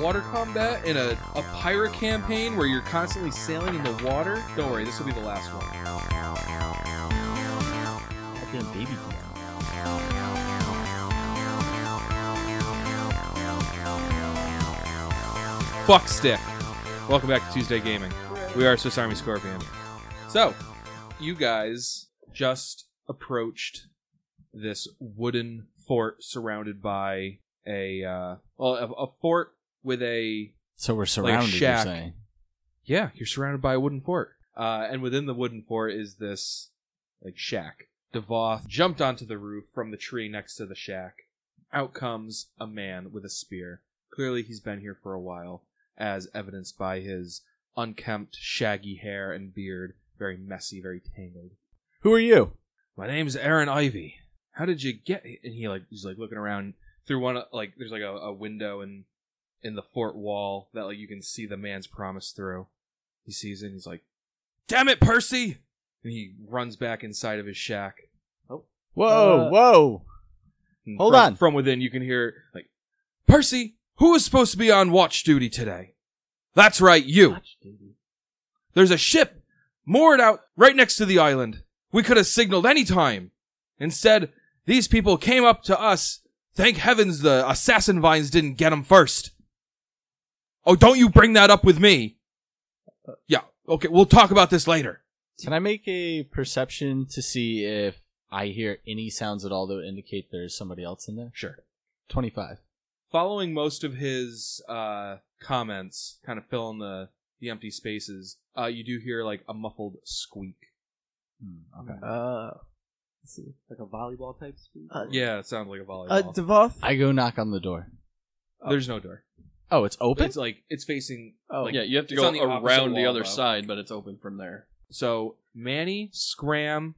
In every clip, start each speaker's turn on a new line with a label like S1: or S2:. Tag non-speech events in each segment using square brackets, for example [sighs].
S1: water combat in a, a pirate campaign where you're constantly sailing in the water, don't worry, this will be the last one.
S2: I'm feeling baby now.
S1: Buckstick. Welcome back to Tuesday Gaming. We are Swiss Army Scorpion. So, you guys just approached this wooden fort surrounded by a uh, well, a, a fort with a
S2: So we're surrounded. you're
S1: shack.
S2: saying
S1: yeah, you're surrounded by a wooden fort, uh, and within the wooden fort is this like shack. Devoth jumped onto the roof from the tree next to the shack. Out comes a man with a spear. Clearly, he's been here for a while, as evidenced by his unkempt, shaggy hair and beard, very messy, very tangled.
S2: Who are you?
S1: My name's Aaron Ivy. How did you get? he- And he like he's like looking around through one of- like there's like a, a window in in the fort wall that like you can see the man's promise through. He sees it. and He's like, "Damn it, Percy!" And he runs back inside of his shack.
S2: Whoa,
S1: Uh,
S2: whoa.
S1: And
S2: Hold
S1: Mm, from,
S2: on.
S1: From within, you can hear like, "Percy, who was supposed to be on watch duty today? That's right, you. There's a ship moored out right next to the island. We could have signaled any time. Instead, these people came up to us. Thank heavens the assassin vines didn't get 'em first. Oh, don't you bring that up with me. Yeah, okay, we'll talk about this later.
S2: Can I make a perception to see if I hear any sounds at all that would indicate there's somebody else in there?
S1: Sure.
S2: 25.
S1: following most of his uh, comments, kind of filling the the empty spaces, uh, you do hear like a muffled squeak. Hmm,
S2: okay.
S3: Uh,
S4: Let's see, like a volleyball type speed.
S3: Uh,
S1: Yeah, it sounds like a volleyball.
S3: uh, Devoth.
S2: I go knock on the door.
S1: There's no door.
S2: Oh, it's open?
S1: It's like it's facing.
S3: Oh,
S1: like-
S4: yeah, you have to
S1: it's
S4: go
S1: on the opposite
S4: around the
S1: wall,
S4: other
S1: though.
S4: side, but it's open from there.
S1: So Manny, Scram,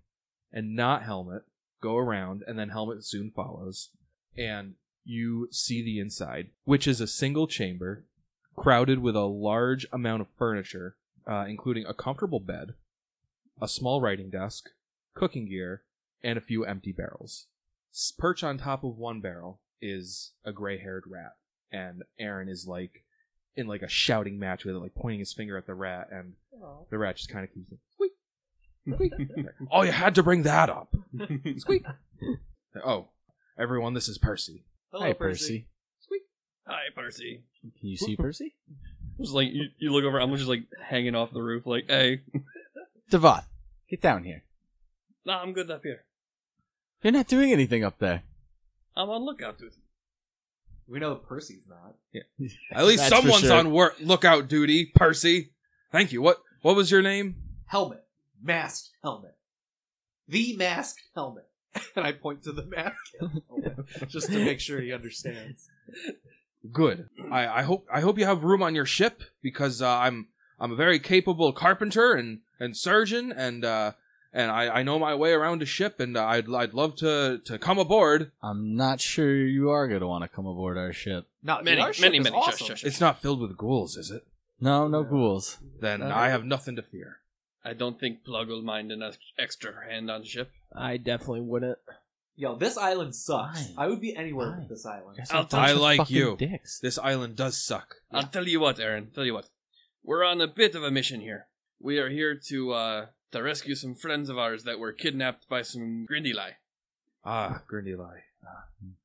S1: and not Helmet go around, and then Helmet soon follows, and you see the inside, which is a single chamber, crowded with a large amount of furniture, uh, including a comfortable bed, a small writing desk, cooking gear, and a few empty barrels. S- Perch on top of one barrel is a gray-haired rat, and Aaron is like in like a shouting match with it, like pointing his finger at the rat, and the rat just kind of keeps like, squeak, [laughs] squeak. oh, you had to bring that up. squeak. Oh, everyone, this is Percy.
S2: Hi, Percy.
S4: Hi, Percy.
S2: Can you see Percy?
S4: Just like you, you look over, I'm just like hanging off the roof, like, hey,
S2: Devoth, get down here.
S4: nah, I'm good up here.
S2: You're not doing anything up there.
S4: I'm on lookout duty.
S3: We know Percy's not.
S1: At least
S2: That's for
S1: someone's
S2: sure.
S1: on work lookout duty. Percy, thank you. What what was your name?
S3: Helmet. Masked helmet. The masked helmet. [laughs] Oh, and I point to the [laughs] masked helmet just to make sure he understands.
S1: Good. I, I hope I hope you have room on your ship because uh, I'm I'm a very capable carpenter and, and surgeon and uh, and I, I know my way around a ship and uh, I'd I'd love to, to come aboard.
S2: I'm not sure you are going to want to come aboard our ship.
S3: Not
S4: Many,
S3: our ship
S4: many,
S3: is
S4: many. Shush,
S3: Awesome.
S4: shush, shush.
S1: It's not filled with ghouls, is it?
S2: No, no ghouls.
S1: Then I have nothing to fear.
S4: I don't think Plug will mind an ex- extra hand on ship.
S5: I definitely wouldn't.
S3: Yo, this island sucks.
S2: Fine.
S3: I would be anywhere
S2: Fine.
S3: with this
S2: You
S3: island.
S2: guys are a
S4: I'll-
S2: bunch
S1: I
S2: of
S1: like
S2: fucking
S1: you.
S2: Dicks.
S1: This island does suck.
S2: Uh,
S4: I'll tell you what, Aaron. Tell you what. We're on a bit of a mission here. We are here to uh to rescue some friends of ours that were kidnapped by some Grindeli.
S1: Ah, Grindylie.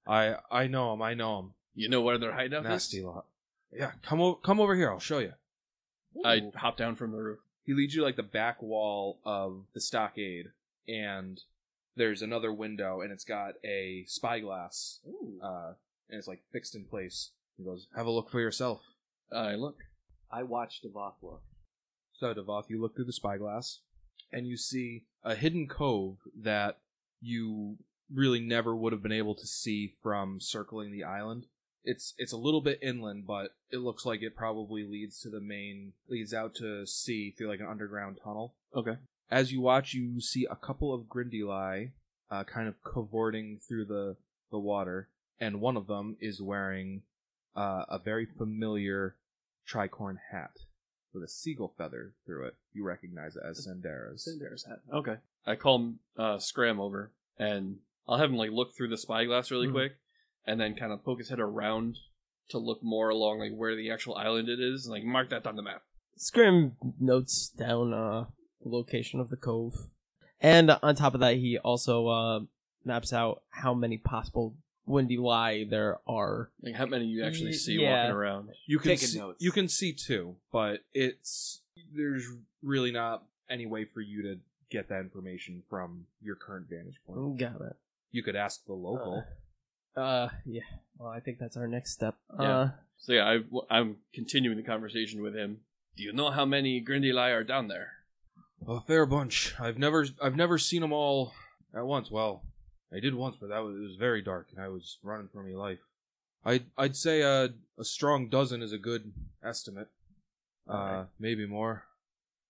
S1: I I know him. I know him.
S4: You know where their hideout
S1: Nasty lot. Yeah, come o- come over here. I'll show you.
S4: is? I hop down from the roof.
S1: He leads you like the back wall of the stockade, and there's another window, and it's got a spyglass, uh, and it's like fixed in place. He goes, "Have a look for yourself."
S4: I look.
S3: I watched Devoth look.
S1: So, Devoth, you look through the spyglass, and you see a hidden cove that you really never would have been able to see from circling the island. It's it's a little bit inland, but it looks like it probably leads to the main leads out to sea through like an underground tunnel.
S4: Okay.
S1: As you watch, you see a couple of Grindeli uh, kind of cavorting through the the water, and one of them is wearing uh, a very familiar tricorn hat with a seagull feather through it. You recognize it as Sandera's.
S4: Cinder's hat. Okay. I call uh, Scram over, and I'll have him like look through the spyglass really
S3: Mhm.
S4: quick, and then kind of poke his head around to look more along like where the actual island it is and like mark that on the map.
S5: Scrim notes down uh, the location of the cove, and on top of that, he also uh, maps out how many possible windy lie there are.
S4: Like how many you actually
S5: Y-
S4: see
S5: yeah.
S4: walking around.
S1: You can
S3: Taking
S1: see,
S3: notes.
S1: you can see two, but it's there's really not any way for you to get that information from your current vantage point.
S5: Got it.
S1: You could ask the
S3: Uh-huh.
S1: local.
S5: Uh, yeah. Well, I think that's our next step.
S4: Yeah.
S5: Uh,
S4: So yeah, I, I'm continuing the conversation with him. Do you know how many Grindelai are down there?
S1: A fair bunch. I've never I've never seen them all at once. Well, I did once, but that was it was very dark and I was running for my life. I I'd say a a strong dozen is a good estimate. Uh, maybe more.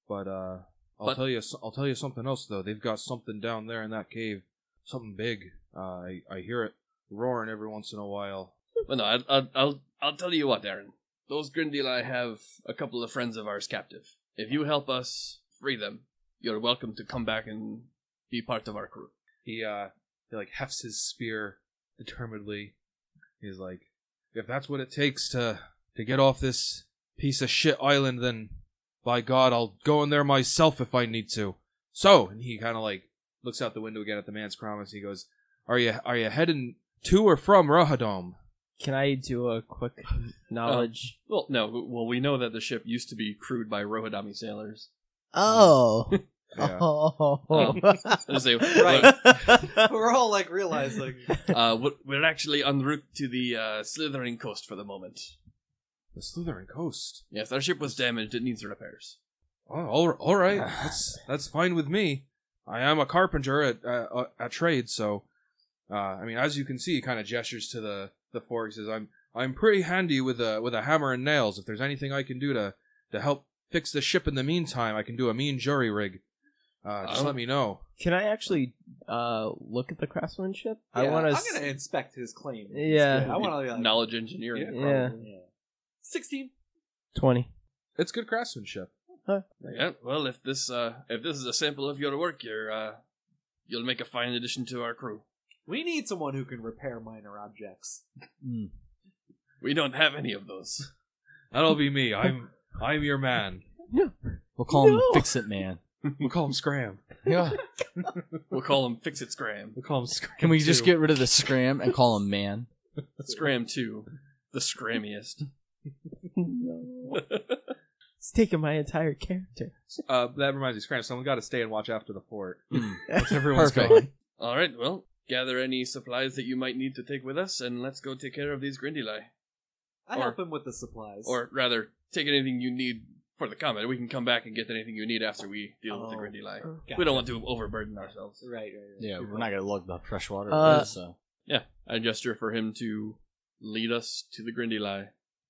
S1: But uh, I'll
S4: But-
S1: tell you so- I'll tell you something else though. They've got something down there in that cave, something big. Uh, I I hear it roaring every once in a while.
S4: Well, no, I'll, I'll, I'll, I'll tell you what, Aaron. Those Grindelai have a couple of friends of ours captive. If you help us free them, you're welcome to come back and be part of our crew.
S1: he uh he like hefts his spear determinedly. He's like, if that's what it takes to to get off this piece of shit island, then by God, I'll go in there myself if I need to. So, and he kind of like looks out the window again at the man's promise. He goes, "Are you are you heading to or from Rahadom?"
S5: can I do a quick knowledge?
S4: Well, no, well, we know that the ship used to be crewed by Rohadami sailors. [laughs]
S2: [laughs] Oh.
S1: Yeah.
S2: Oh.
S4: I
S2: [laughs]
S4: say,
S3: [laughs] We're all
S5: [laughs]
S3: like realizing.
S4: uh, we're- we're actually en route to the uh, Slithering coast for the moment.
S1: The Slytherin coast.
S4: Yes, our ship was damaged. It needs repairs.
S1: Oh, all, all [sighs] right, that's that's fine with me. I am a carpenter at uh, at trade, so uh, I mean, as you can see, he kind of gestures to the the fork. Says, "I'm I'm pretty handy with a with a hammer and nails. If there's anything I can do to to help fix the ship in the meantime, I can do a mean jury rig. Uh, just
S4: Oh.
S1: let me know."
S5: Can I actually uh look at the craftsmanship? I
S3: Yeah,
S5: want
S3: I'm
S5: to.
S3: gonna inspect his claim.
S5: Yeah.
S3: I want to. Like,
S4: Knowledge engineering.
S5: Yeah. Yeah.
S3: probably, yeah. Sixteen.
S5: Twenty.
S1: It's good craftsmanship.
S4: Yeah, well, if this uh, if this is a sample of your work, you're uh, you'll make a fine addition to our crew.
S3: We need someone who can repair minor objects.
S4: [laughs]
S2: Hmm.
S4: We don't have any of those. [laughs]
S1: That'll be me. I'm I'm your man.
S2: We'll call him
S5: No.
S2: Fix It
S5: [laughs]
S2: Man.
S1: We'll call him Scram.
S2: Yeah.
S4: We'll call him Fix It Scram.
S1: We'll call him Scram.
S2: Can we just
S1: too.
S2: get rid of the scram and call him man?
S4: Scram 2, the scrammiest.
S5: It's taking my entire character.
S1: Uh, that reminds me, Scram. Someone got to stay and watch after the fort.
S2: That's
S1: everyone's
S2: [laughs] Perfect.
S4: All right, well, gather any supplies that you might need to take with us, and let's go take care of these Grindelai.
S3: I
S4: Or-
S3: help him with the supplies.
S4: Or rather, take anything you need for the comet. We can come back and get anything you need after we deal with the
S3: Oh.
S4: Grindelai.
S3: Gotcha.
S4: We don't want to overburden ourselves.
S3: Right, right, right.
S2: Yeah, we're not gonna lug the fresh water.
S5: Uh,
S2: so.
S4: Yeah, I gesture for him to lead us to the Grindelai.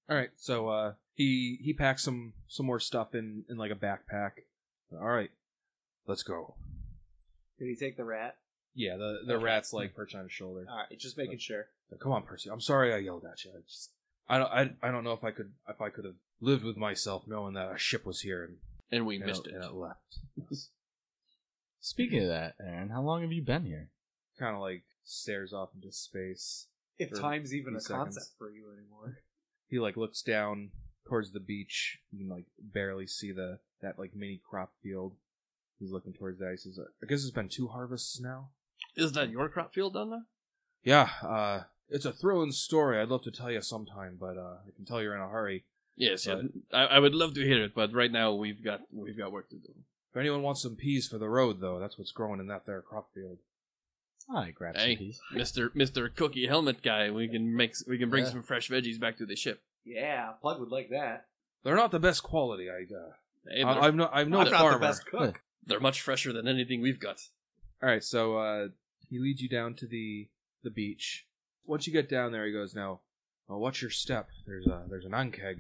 S1: All right, so uh, he he packs some some more stuff in in like a backpack. All right, let's go.
S3: Did he take the rat?
S1: Yeah, the the
S3: Okay.
S1: rat's like perched on his shoulder.
S3: All right, just making sure.
S1: Come on, Percy. I'm sorry I yelled at you. I just I don't I, I don't know if I could if I could have lived with myself knowing that a ship was here and,
S4: And we
S1: and
S4: missed
S1: it,
S4: it.
S1: and it left.
S2: Speaking of that, Aaron, how long have you been here?
S1: kind of like stares off into space.
S3: If
S1: For
S3: time's even
S1: few
S3: a
S1: seconds.
S3: concept for you anymore.
S1: He like looks down towards the beach. You can like barely see the that like mini crop field. He's looking towards that. He says, "I guess it's been two harvests now."
S4: Is that your crop field down there?
S1: Yeah, uh, it's a thrilling story. I'd love to tell you sometime, but uh, I can tell you're in a hurry.
S4: Yes, yeah.
S1: But-
S4: I, I would love to hear it, but right now we've got we've got work to do.
S1: If anyone wants some peas for the road, though, that's what's growing in that there crop field.
S2: I grabbed
S4: Hey.
S2: some peas.
S4: Mister Mister Cookie Helmet Guy, we can make we can bring
S2: Yeah.
S4: some fresh veggies back to the ship.
S3: Yeah, Plug would like that.
S1: They're not the best quality. I,
S4: Hey,
S1: uh,
S4: they're,
S1: I I'm no I'm no
S3: I'm not
S1: farmer.
S3: the best cook.
S4: they're much fresher than anything we've got.
S1: All right, so uh, he leads you down to the the beach. Once you get down there, he goes, "Now, uh, watch your step. There's a there's an ankeg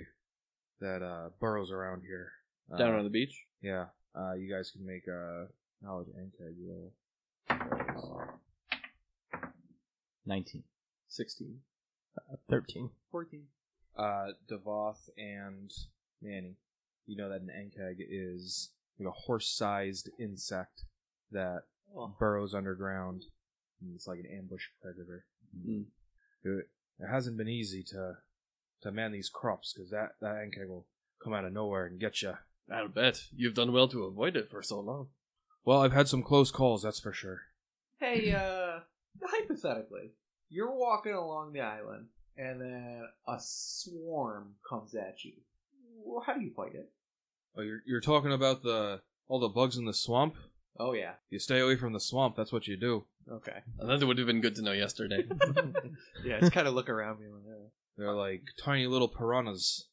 S1: that uh, burrows around here. Uh,
S4: Down on the beach.
S1: yeah. Uh, you guys can make a knowledge ankeg roll.
S2: 19.
S4: Sixteen.
S5: Uh, Thirteen.
S3: Fourteen.
S1: uh, Devoth and Manny. You know that an ankeg is like a horse-sized insect that
S3: Oh.
S1: burrows underground.
S4: Mm.
S1: And it's like an ambush predator. It, it hasn't been easy to to man these crops because that that Enkeg will come out of nowhere and get you.
S4: I'll bet you've done well to avoid it for so long.
S1: Well, I've had some close calls, that's for sure.
S3: [clears throat] Hey, uh, hypothetically, you're walking along the island, and then a swarm comes at you. Well, how do you fight it?
S1: Oh, you're you're talking about the all the bugs in the swamp.
S3: Oh yeah,
S1: You stay away from the swamp. That's what you do.
S3: [laughs] okay,
S4: And that would have been good to
S1: [laughs]
S4: know yesterday.
S3: yeah. Just kind of look around me. Like, uh,
S1: They're like tiny little piranhas.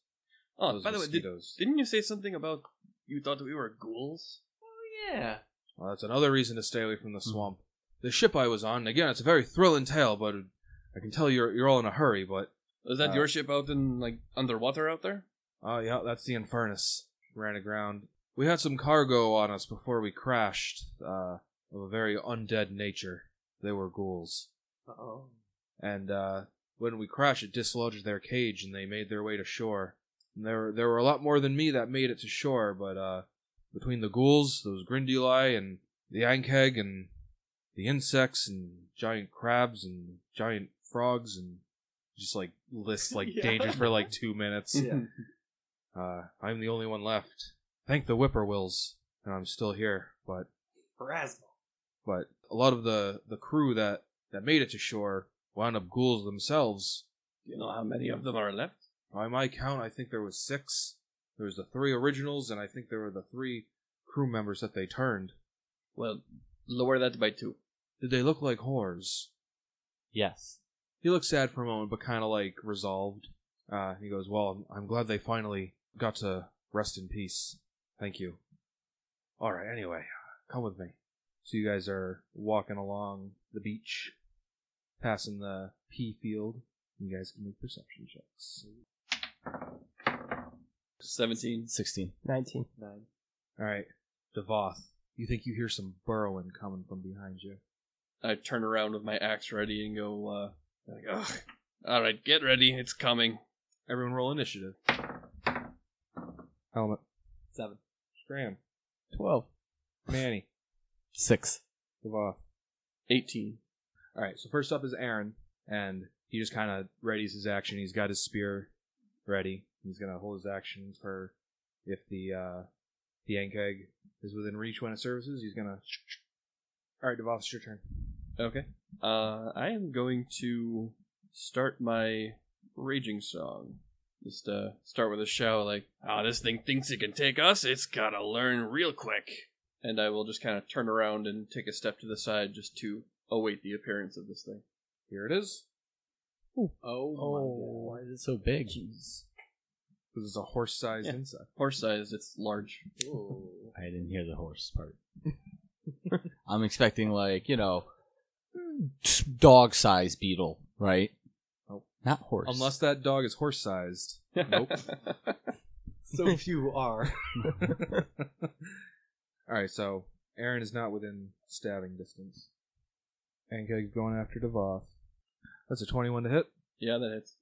S4: oh,
S1: those
S4: by the way, did,
S1: mosquitoes.
S4: didn't you say something about you thought we were ghouls?
S3: oh yeah,
S1: Well, that's another reason to stay away from the swamp. The ship I was on, again, it's a very thrilling tale, but I can tell you're you're all in a hurry. But
S4: Is that
S1: Uh,
S4: your ship out in like underwater out there?
S1: oh yeah, that's the Infernus. Ran aground. We had some cargo on us before we crashed, uh, of a very undead nature. They were ghouls,
S3: oh,
S1: and uh, when we crashed, it dislodged their cage, and they made their way to shore. And there were there were a lot more than me that made it to shore, but uh, between the ghouls, those Grindeli, and the Ankeg, and the insects, and giant crabs, and giant frogs, and just like lists like
S3: [laughs] Yeah.
S1: dangers for like two minutes.
S3: [laughs] yeah.
S1: Uh, I'm the only one left. Thank the Whippoorwills, and I'm still here. But
S3: Phrasmo.
S1: but a lot of the the crew that that made it to shore wound up ghouls themselves.
S4: Do you know how many of them are left?
S1: By my count, I think there was six. There was the three originals, and I think there were the three crew members that they turned.
S4: Well, lower that by two.
S1: Did they look like whores?
S2: Yes.
S1: He looks sad for a moment, but kind of like resolved. Uh, he goes, "Well, I'm, I'm glad they finally got to rest in peace. Thank you." All right. Anyway, come with me. So you guys are walking along the beach, passing the pea field. You guys can make perception checks.
S4: Seventeen.
S2: 16.
S5: 19.
S3: Nine.
S1: All right, Devoth, you think you hear some burrowing coming from behind you?
S4: I turn around with my axe ready and go. uh like, Ugh. All right, get ready. It's coming.
S1: Everyone, roll initiative. Helmet.
S3: Seven.
S1: Graham.
S5: 12.
S1: Manny.
S2: 6.
S1: Devoth.
S4: Eighteen.
S1: All right. So first up is Aaron, and he just kind of readies his action. He's got his spear ready. He's gonna hold his action for if the uh, the Ankeg is within reach when it services. He's gonna. All right, Devoth, it's your turn.
S4: Okay. Uh, I am going to start my raging song. Just uh, start with a shout like, "Ah, this thing thinks it can take us. It's gotta learn real quick." And I will just kind of turn around and take a step to the side just to await the appearance of this thing.
S1: Here it is.
S3: Oh,
S2: why is it so big?
S1: This is a horse-sized
S4: Yeah.
S1: insect.
S4: Horse size, it's large.
S3: [laughs] my god. Whoa.
S2: I didn't hear the horse part. [laughs] I'm expecting, like, you know, dog size beetle, right?
S1: Oh.
S2: Not horse.
S1: Unless that dog is horse-sized. Nope.
S3: Uh, So few are.
S1: All right, so Aaron is not within stabbing distance. Ankeg's going after Devoth. That's a twenty-one to hit.
S4: yeah, that hits.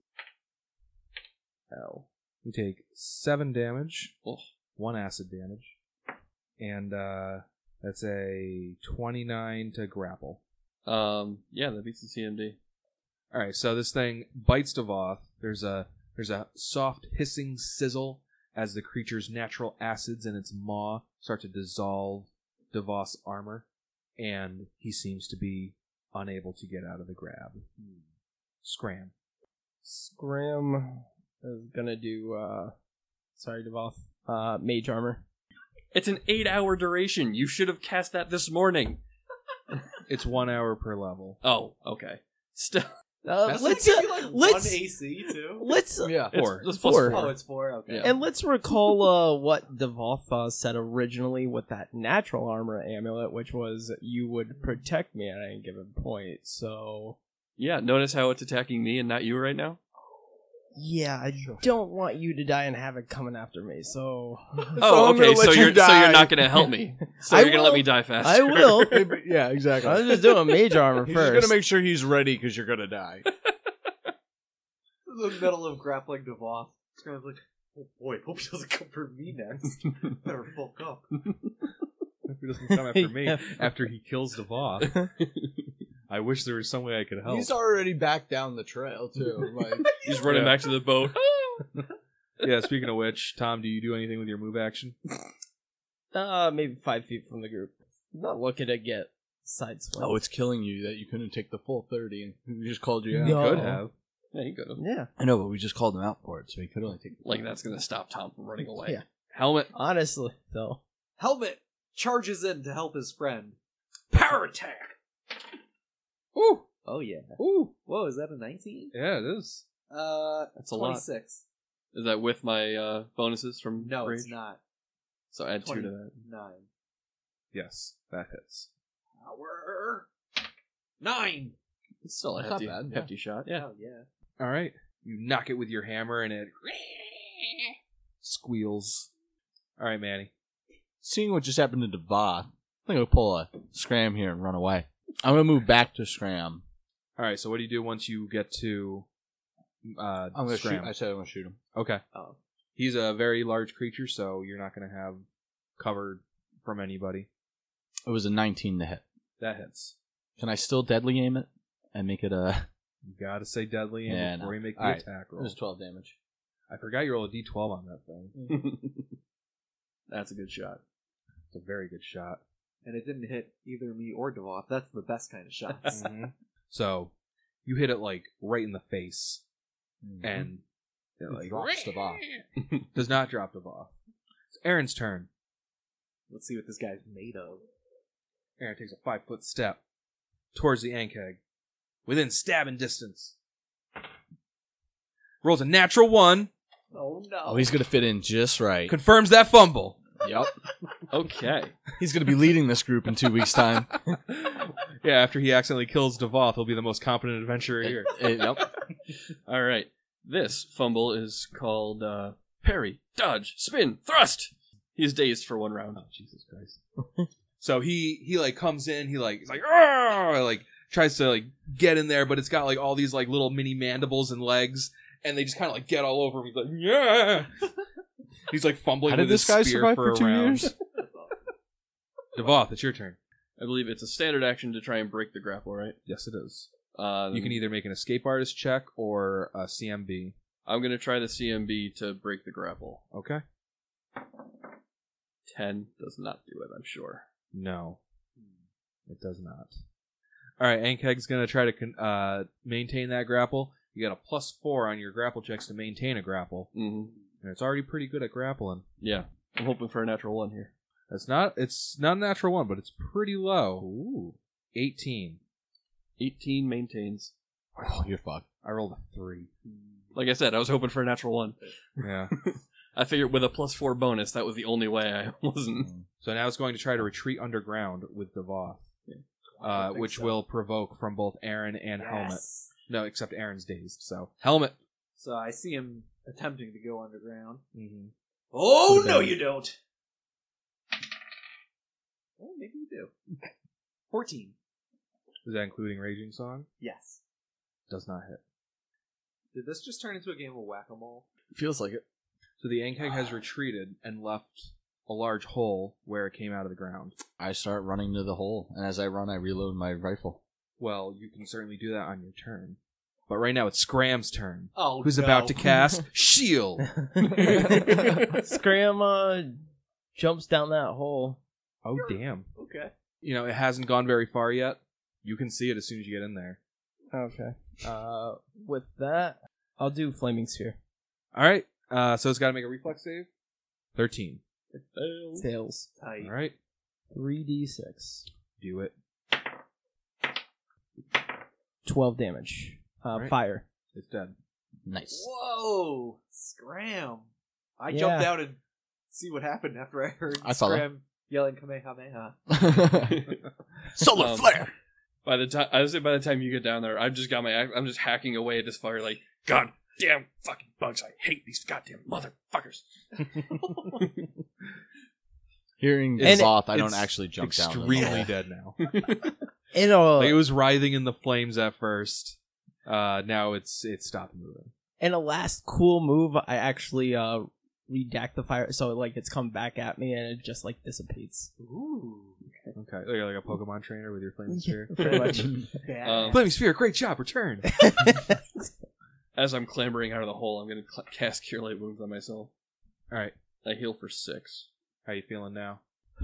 S1: Ow. You take seven damage,
S4: Ugh.
S1: one acid damage, and uh, that's a 29 to grapple.
S4: Um, yeah, that beats the CMD.
S1: All right, so this thing bites Devoth. There's a there's a soft hissing sizzle as the creature's natural acids in its maw start to dissolve Devoth's armor, and he seems to be unable to get out of the grab. Scram.
S5: Scram is gonna do, uh, sorry, Devoth, uh, mage armor.
S4: It's an eight-hour duration. You should have cast that this morning.
S1: It's one hour per level.
S4: Oh, okay. Still,
S5: Uh,
S3: That's
S5: let's,
S3: like,
S5: uh,
S3: give you, like,
S5: let's,
S3: one AC too.
S1: [laughs]
S3: [laughs]
S5: let's,
S2: Yeah.
S1: Four.
S4: It's, it's
S5: Four.
S4: plus
S3: Oh, it's four. Okay.
S4: Yeah.
S5: and let's recall, uh, what Devoth uh, said originally with that natural armor amulet, which was, you would protect me at any given point, so.
S4: [laughs] Yeah, notice how it's attacking me and not you right now?
S5: Yeah, I don't want you to die and have it coming after
S2: [laughs]
S5: me, so. [laughs]
S4: Oh,
S5: I'm gonna
S4: okay.
S5: let
S4: So
S5: you
S4: you're so
S5: die.
S4: you're not gonna help
S5: [laughs]
S4: me. So
S5: I
S4: you're gonna let
S5: will.
S4: me die faster.
S2: [laughs]
S5: I will.
S2: yeah, exactly.
S5: I was just doing mage
S2: [laughs]
S5: armor
S2: He's
S5: first.
S2: just gonna make sure he's ready because you're
S1: [laughs]
S2: gonna die.
S3: In the middle of grappling Devoth, it's kind of like, oh boy, [laughs] hope she doesn't come for me [laughs] next. Better bulk up. [laughs]
S2: [laughs]
S1: He doesn't come after me
S5: Yeah.
S1: after he kills Devoth. I wish there was some way I could help.
S2: He's already back down the trail
S5: [laughs]
S2: too. Like,
S4: [laughs] He's running
S1: Yeah.
S4: back to the boat. [laughs]
S1: yeah, speaking of which, Tom, do you do anything with your move action?
S5: Uh, maybe five feet from the group. not looking to get sideswiped.
S2: oh, it's killing you that you couldn't take the full thirty, and we just called you out.
S5: No.
S1: Could have.
S4: yeah, you could have.
S5: yeah.
S2: I know, but we just called him out for it, so he could only take.
S4: Like that's gonna stop Tom from running away.
S5: Yeah.
S4: Helmet.
S5: Honestly, though,
S3: Helmet charges in to help his friend. Power attack.
S4: Ooh,
S3: Oh yeah.
S4: ooh.
S3: Whoa, is that a nineteen?
S1: Yeah, it is.
S3: Uh,
S4: That's a lot. Is
S3: twenty-six.
S4: that with my uh, bonuses from
S3: No,
S4: range?
S3: it's not.
S4: So add two to that.
S3: Twenty-nine.
S1: Yes, that hits.
S3: Power. Nine.
S4: It's still a
S2: That's not
S4: hefty,
S2: bad, yeah.
S4: hefty shot. Yeah.
S3: Oh yeah.
S1: All right. You knock it with your hammer and it [laughs] squeals. All right, Manny.
S2: Seeing what just happened to Devoth, I think I'll pull a scram here and run away. I'm gonna move back to scram.
S1: All right, so what do you do once you get to uh,
S2: I'm gonna
S1: Scram?
S2: shoot. I said I'm gonna shoot him.
S1: Okay.
S3: Oh.
S1: He's a very large creature, so you're not going to have covered from anybody.
S2: It was a 19 to hit.
S1: That hits.
S2: Can I still deadly aim it and make it a?
S1: You got to say deadly aim
S2: Yeah,
S1: before
S2: no.
S1: you make the
S2: All right.
S1: attack
S2: It
S1: roll.
S2: was 12 damage.
S1: I forgot you rolled a d12 on that thing.
S4: That's a good shot.
S1: It's a very good
S2: [laughs]
S1: shot.
S3: And it didn't hit either me or Devoth. That's the best kind of shots.
S1: So you hit it like right in the face,
S2: Hmm. Mhm.
S1: and it,
S2: It
S1: like
S2: drops Devoth.
S1: does not drop the ball. It's Aaron's turn.
S3: Let's see what this guy's made of.
S1: Aaron takes a five foot step towards the Ankeg, within stabbing distance. Rolls a natural one,
S3: Oh no.
S2: Oh, he's gonna fit in just right.
S1: confirms that fumble. [laughs]
S2: yep.
S4: [laughs] Okay.
S2: He's gonna be leading this group in two weeks' [laughs] time.
S1: yeah, after he accidentally kills Devoth, he'll be the most competent adventurer here.
S2: Eh, yep.
S4: All right. This fumble is called uh, parry, dodge, spin, thrust. He's dazed for one round. Oh, Jesus Christ.
S1: So he he like comes in, he like he's like "Arr!" like tries to like get in there, but it's got like all these like little mini mandibles and legs, and they just kind of like get all over him. He's like yeah. He's like fumbling.
S2: How did
S1: with
S2: this
S1: his
S2: guy
S1: spear
S2: survive
S1: for,
S2: for
S1: a
S2: two
S1: round.
S2: years?
S1: [laughs] Devoth, it's your turn.
S4: I believe it's a standard action to try and break the grapple, right?
S1: Yes, it is.
S4: Um,
S1: You can either make an escape artist check or a CMB.
S4: I'm going to try the CMB to break the grapple.
S1: Okay.
S4: 10 does not do it, I'm sure.
S1: No, it does not. All right, Ankeg's gonna try to con- uh, maintain that grapple. You got a plus four on your grapple checks to maintain a grapple,
S4: hmm
S1: and it's already pretty good at grappling.
S4: Yeah. I'm hoping for a natural one here.
S1: That's not it's not a natural one, but it's pretty low. Ooh. Eighteen.
S4: 18 maintains.
S2: Oh, you're fucked.
S1: I rolled a three.
S4: Like I said, I was hoping for a natural one.
S3: [laughs]
S1: Yeah.
S4: I figured with a plus four bonus, that was the only way I [laughs] wasn't.
S1: so now it's going to try to retreat underground with Devoth. Uh, which will provoke from both Aaron and Helmet.
S3: Yes.
S1: No, except Aaron's dazed. So Helmet.
S3: So I see him attempting to go underground.
S1: Mm-hmm.
S3: Oh
S5: Could've
S3: no,
S5: been.
S3: you don't. Well, maybe you do.
S5: [laughs]
S3: Fourteen.
S1: Is that including Raging Song?
S3: Yes.
S1: Does not hit.
S3: Did this just turn into a game of whack-a-mole? Ah.
S2: Feels like it.
S1: So the Ankeg has retreated and left a large hole where it came out of the ground.
S2: I start running to the hole, and as I run, I reload my rifle.
S1: Well, you can certainly do that on your turn. But right now it's Scram's turn.
S3: Oh,
S1: Who's
S3: no.
S1: about to cast Shield?
S5: Scram uh, jumps down that hole.
S1: Oh damn.
S3: Okay.
S1: You know, it hasn't gone very far yet. You can see it as soon as you get in there.
S5: [laughs] Okay. Uh, with that, I'll do flaming sphere.
S1: All right. Uh, so it's got to make a reflex save. 13.
S5: Tails.
S3: Tight.
S1: All right.
S5: Three d six.
S1: Do it.
S5: Twelve damage. Uh,
S1: Right.
S5: fire.
S1: It's dead.
S2: Nice.
S3: Whoa! Scram! I
S5: Yeah.
S3: jumped out and see what happened after I heard
S2: I follow.
S3: Scram yelling Kamehameha.
S2: [laughs] Solar
S4: Um,
S2: flare.
S4: By the time I was by the time you get down there, I've just got my act- I'm just hacking away at this fire like god damn fucking bugs. I hate these goddamn
S5: [laughs]
S4: motherfuckers.
S2: Hearing
S1: And it-
S2: Zoth, I don't
S1: it's
S2: actually jump down.
S1: Extremely
S2: the hole.
S1: dead now.
S5: In a
S1: Like, it was writhing in the flames at first. Uh, now it's it's stopped moving.
S5: in a last cool move, I actually uh redact the fire, so like it's come back at me and it just like dissipates.
S3: Ooh.
S1: Okay, like, like a Pokemon trainer with your flaming sphere.
S5: Pretty
S2: [laughs]
S5: much.
S4: Um,
S1: Flaming sphere, great job, return.
S4: As I'm clambering out of the hole, I'm going to cl- cast Cure Light Wounds on myself.
S1: All right,
S4: I heal for six.
S1: how you feeling now?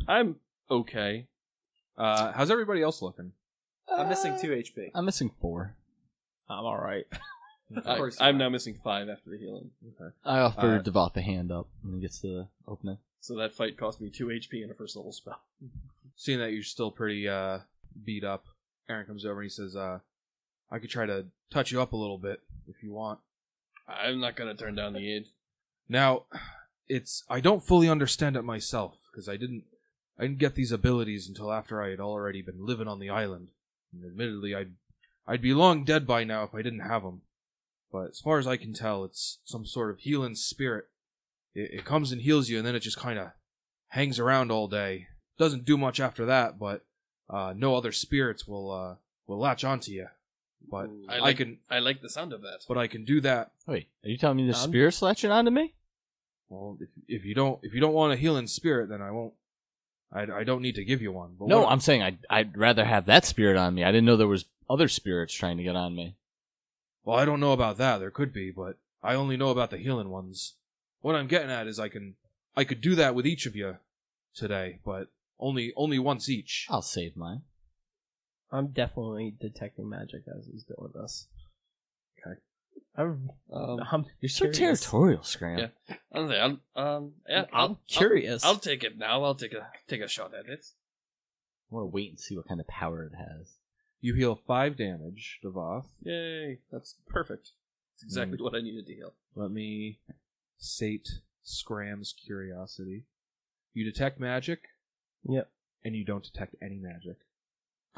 S4: I'm okay.
S1: Uh, how's everybody else looking?
S3: I'm missing two HP.
S2: I'm missing four.
S5: I'm all right.
S4: I,
S3: course you
S4: I'm
S3: are.
S4: now missing five after the healing.
S2: I offer
S1: Uh,
S2: Devoth a hand up when he gets to the opening.
S4: So that fight cost me two HP and a first level spell.
S1: Seeing that you're still pretty uh, beat up, Aaron comes over and he says, uh, "I could try to touch you up a little bit if you want."
S4: I'm not going to turn down the aid.
S1: Now, it's I don't fully understand it myself because I didn't I didn't get these abilities until after I had already been living on the island. And admittedly, I'd I'd be long dead by now if I didn't have them. But as far as I can tell, it's some sort of healing spirit. It, it comes and heals you, and then it just kind of hangs around all day. Doesn't do much after that, but uh, no other spirits will uh, will latch onto you. But
S4: I
S1: I,
S4: like,
S1: can,
S4: I like the sound of that.
S1: but I can do that
S2: Wait, are you telling me the
S5: Um,
S2: spirit's latching onto me?
S1: Well, if, if you don't if you don't want a healing spirit, then I won't. I, I don't need to give you one. But
S2: No,
S1: what-
S2: I'm saying I'd, I'd rather have that spirit on me. I didn't know there was other spirits trying to get on me.
S1: Well, I don't know about that. There could be, but I only know about the healing ones. What I'm getting at is I can I could do that with each of you today, but only only once each.
S2: I'll save mine.
S5: I'm definitely detecting magic as he's doing this.
S1: Okay.
S5: I'm,
S4: Um,
S5: I'm
S2: You're so
S5: curious.
S2: territorial, Scram.
S4: Yeah. I don't think I'll, um, yeah,
S5: I'm
S4: I'll,
S5: curious.
S4: I'll, I'll take it now. I'll take a take a shot at it.
S2: I want to wait and see what kind of power it has.
S1: You heal five damage, Devoth.
S4: Yay! That's perfect. That's
S5: Mm.
S4: exactly what I needed to heal.
S1: Let me sate Scram's curiosity. You detect magic.
S5: Yep.
S1: And you don't detect any magic.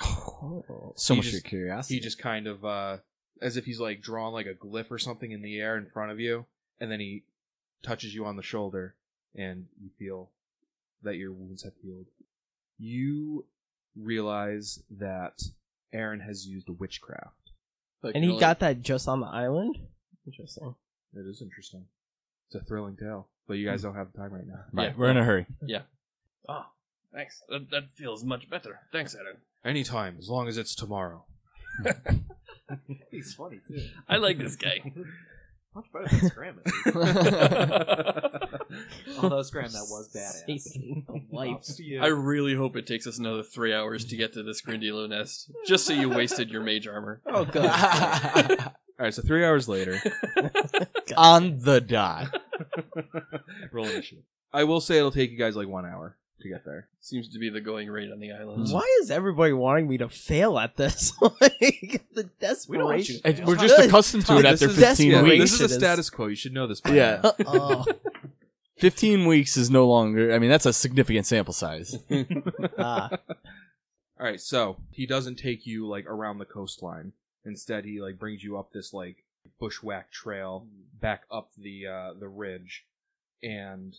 S2: So
S5: Oh.
S1: He
S2: much
S1: just-
S2: for your curiosity.
S1: he just kind of uh as if he's like drawn like a glyph or something in the air in front of you and then he touches you on the shoulder and you feel that your wounds have healed you realize that aaron has used witchcraft
S4: Like,
S5: and
S4: you
S5: he
S4: know,
S5: got that just on the island. Interesting.
S1: it is interesting it's a thrilling tale but you guys don't have time right now
S2: right,
S4: yeah.
S2: we're in a hurry.
S4: like, Ah, thanks. That, that feels much better. Thanks, Aaron.
S1: anytime as long as it's tomorrow
S3: He's funny too.
S5: [laughs]
S4: I like this guy.
S3: [laughs] Much better than Scram. at least. Although Scram, that was
S2: [laughs]
S5: [laughs]
S3: badass.
S5: Saving
S3: [laughs]
S5: the
S3: Props
S5: life.
S3: to you.
S4: [laughs] I really hope it takes us another three hours to get to this Grindylo nest, just so you wasted your mage armor.
S1: oh all right so three hours [laughs] later
S2: [laughs] on the dot.
S1: roll initiative i will say it'll take you guys like one hour to get there
S4: Seems to be the going rate on the island.
S5: [laughs] Why is everybody wanting me to fail at this? [laughs] like the desperation.
S3: We don't want you.
S2: We're just accustomed to it
S1: This
S2: after
S1: is-
S2: 15
S1: yeah,
S5: desperate.
S2: weeks.
S1: this is a
S5: It is.
S1: status quo you should know this by
S2: Yeah. [laughs]
S1: now.
S5: oh,
S2: 15 weeks is no longer. I mean, that's a significant sample size.
S5: ah,
S1: All right, so he doesn't take you like around the coastline. Instead, he like brings you up this like bushwhack trail back up the uh, the ridge, and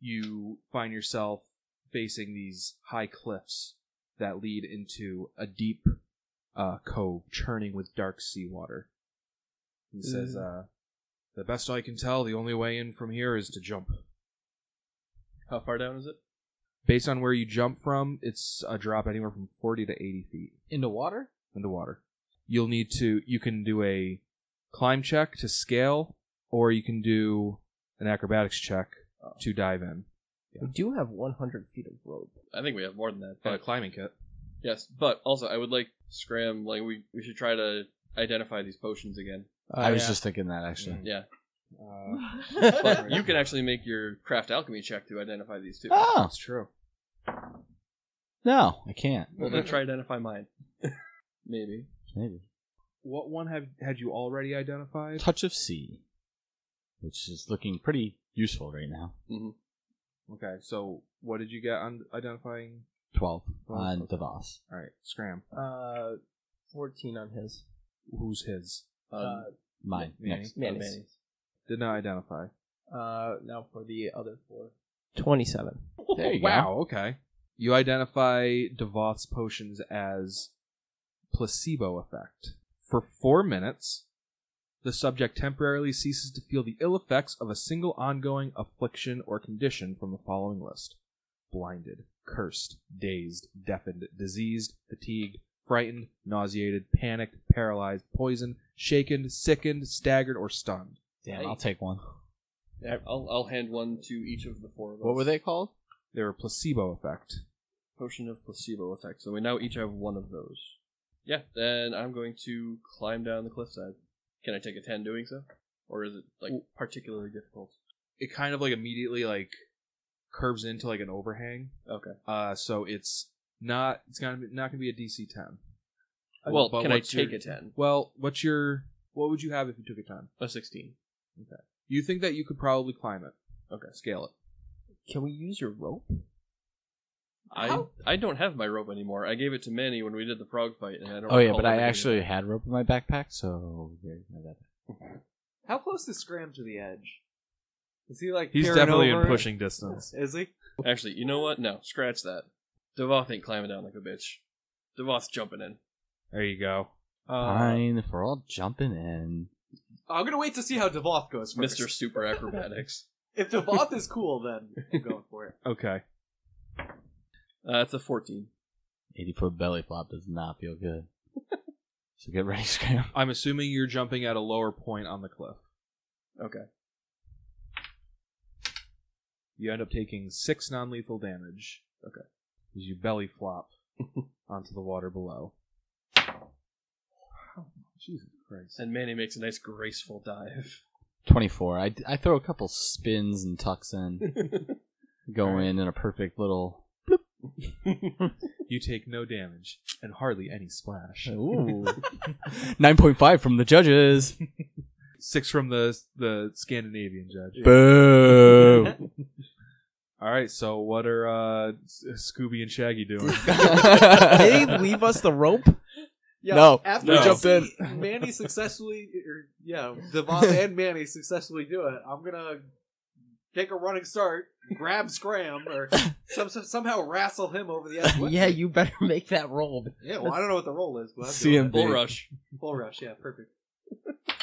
S1: you find yourself facing these high cliffs that lead into a deep uh, cove churning with dark seawater. He says, uh, "The best I can tell, the only way in from here is to jump.
S4: How far down is it?
S1: Based on where you jump from, it's a drop anywhere from forty to eighty feet."
S2: In the water?
S1: into water. You'll need to you can do a climb check to scale, or you can do an acrobatics check to dive in.
S5: we do have 100 feet of rope.
S4: I think we have more than that.
S1: And Oh, a
S4: But
S1: climbing kit.
S4: yes, but also I would like Scram. Like we we should try to identify these potions again.
S2: I was just thinking that, actually.
S4: Yeah,
S1: Uh,
S4: but you can actually make your craft alchemy check to identify these too.
S2: Oh,
S1: that's true.
S2: no, I can't.
S4: Well, then try to identify mine. [laughs] Maybe.
S2: Maybe.
S1: What one have had you already identified?
S2: Touch of Sea, which is looking pretty useful right now.
S1: Okay, so what did you get on identifying?
S2: 12
S1: Twelve,
S2: on
S1: okay.
S2: Davos.
S1: All right, Scram.
S5: Uh, 14 on his.
S1: Who's his?
S4: Um,
S5: Uh,
S2: Mine.
S1: Manny.
S2: Next.
S5: Oh, Manny's.
S4: Manny's.
S1: Did not identify.
S5: Uh, now for the other four. 27.
S2: [laughs] There you go.
S1: wow. Okay. You identify Devoth's potions as placebo effect. For four minutes, the subject temporarily ceases to feel the ill effects of a single ongoing affliction or condition from the following list blinded, cursed, dazed, deafened, diseased, fatigued, frightened, nauseated, panicked, paralyzed, poisoned, shaken, sickened, staggered, or stunned.
S2: Damn, I'll take one.
S4: Yeah, I'll, I'll hand one to each of the four of us.
S2: What were they called?
S1: They were placebo effect.
S4: Potion of placebo effect. So we now each have one of those. Yeah, then I'm going to climb down the cliffside. Can I take a 10 doing so? Or is it, like, particularly difficult?
S1: It kind of like immediately like curves into like an overhang.
S4: Okay.
S1: Uh, so it's not it's gonna be, not gonna be a DC ten.
S4: Well,
S1: But
S4: can I
S1: what's your-
S4: take a 10?
S1: Well, what's your what would you have if you took a ten?
S4: A 16.
S1: You think that you could probably climb it?
S4: Okay.
S1: Scale it.
S5: Can we use your rope?
S4: I,
S3: How-
S4: I don't have my rope anymore. I gave it to Manny when we did the frog fight, and I don't
S2: Oh yeah,
S4: recall
S2: but I
S4: ever getting
S2: actually
S4: it.
S2: had rope in my backpack, so there's my backpack.
S3: How close is Scram to the edge? Is he like
S1: He's
S3: peering
S1: definitely in
S3: over it?
S1: pushing distance.
S3: Is he?
S4: Actually, you know what? No, scratch that. Devoth ain't climbing down like a bitch. Devoth's jumping in.
S1: There you go. Uh,
S2: Fine, if we're all jumping in.
S3: I'm gonna wait to see how Devoth goes first.
S4: Mr. Super Acrobatics.
S3: [laughs]
S2: [laughs]
S3: If Devoth is cool, then I'm going for it.
S1: okay.
S4: Uh, it's a 14.
S2: 80 foot belly flop does not feel good. [laughs] so get ready, Scram.
S1: I'm assuming you're jumping at a lower point on the cliff.
S4: Okay.
S1: You end up taking six non lethal damage. Okay. As you belly [laughs] flop onto the water below. Jesus Christ.
S4: And Manny makes a nice graceful dive.
S2: 24. I, I throw a couple spins and tucks in. [laughs] Go in in a perfect little.
S1: You take no damage and hardly any [laughs] splash.
S2: [laughs] Ooh. 9.5 from the judges.
S1: Six from the the Scandinavian judge.
S2: Boo. [laughs]
S1: All right, so what are uh, S- Scooby and Shaggy [laughs] doing?
S5: [laughs] Did they leave us the
S3: [laughs]
S5: rope?
S3: Yeah,
S2: No,
S3: after
S1: we
S3: I
S2: jumped
S3: see Manny successfully, or, yeah, Devon and Manny successfully do it. I'm gonna take a running start, grab Scram, or some, some- somehow wrestle him over the edge.
S2: [laughs]
S3: with
S5: yeah,
S3: me.
S5: you better make that
S3: [laughs]
S5: roll.
S3: yeah. Well, I don't know what the role is, but I'm
S2: CMB.
S3: doing it.
S4: Bull
S2: [laughs]
S4: rush.
S3: Bull rush, yeah, perfect. [laughs]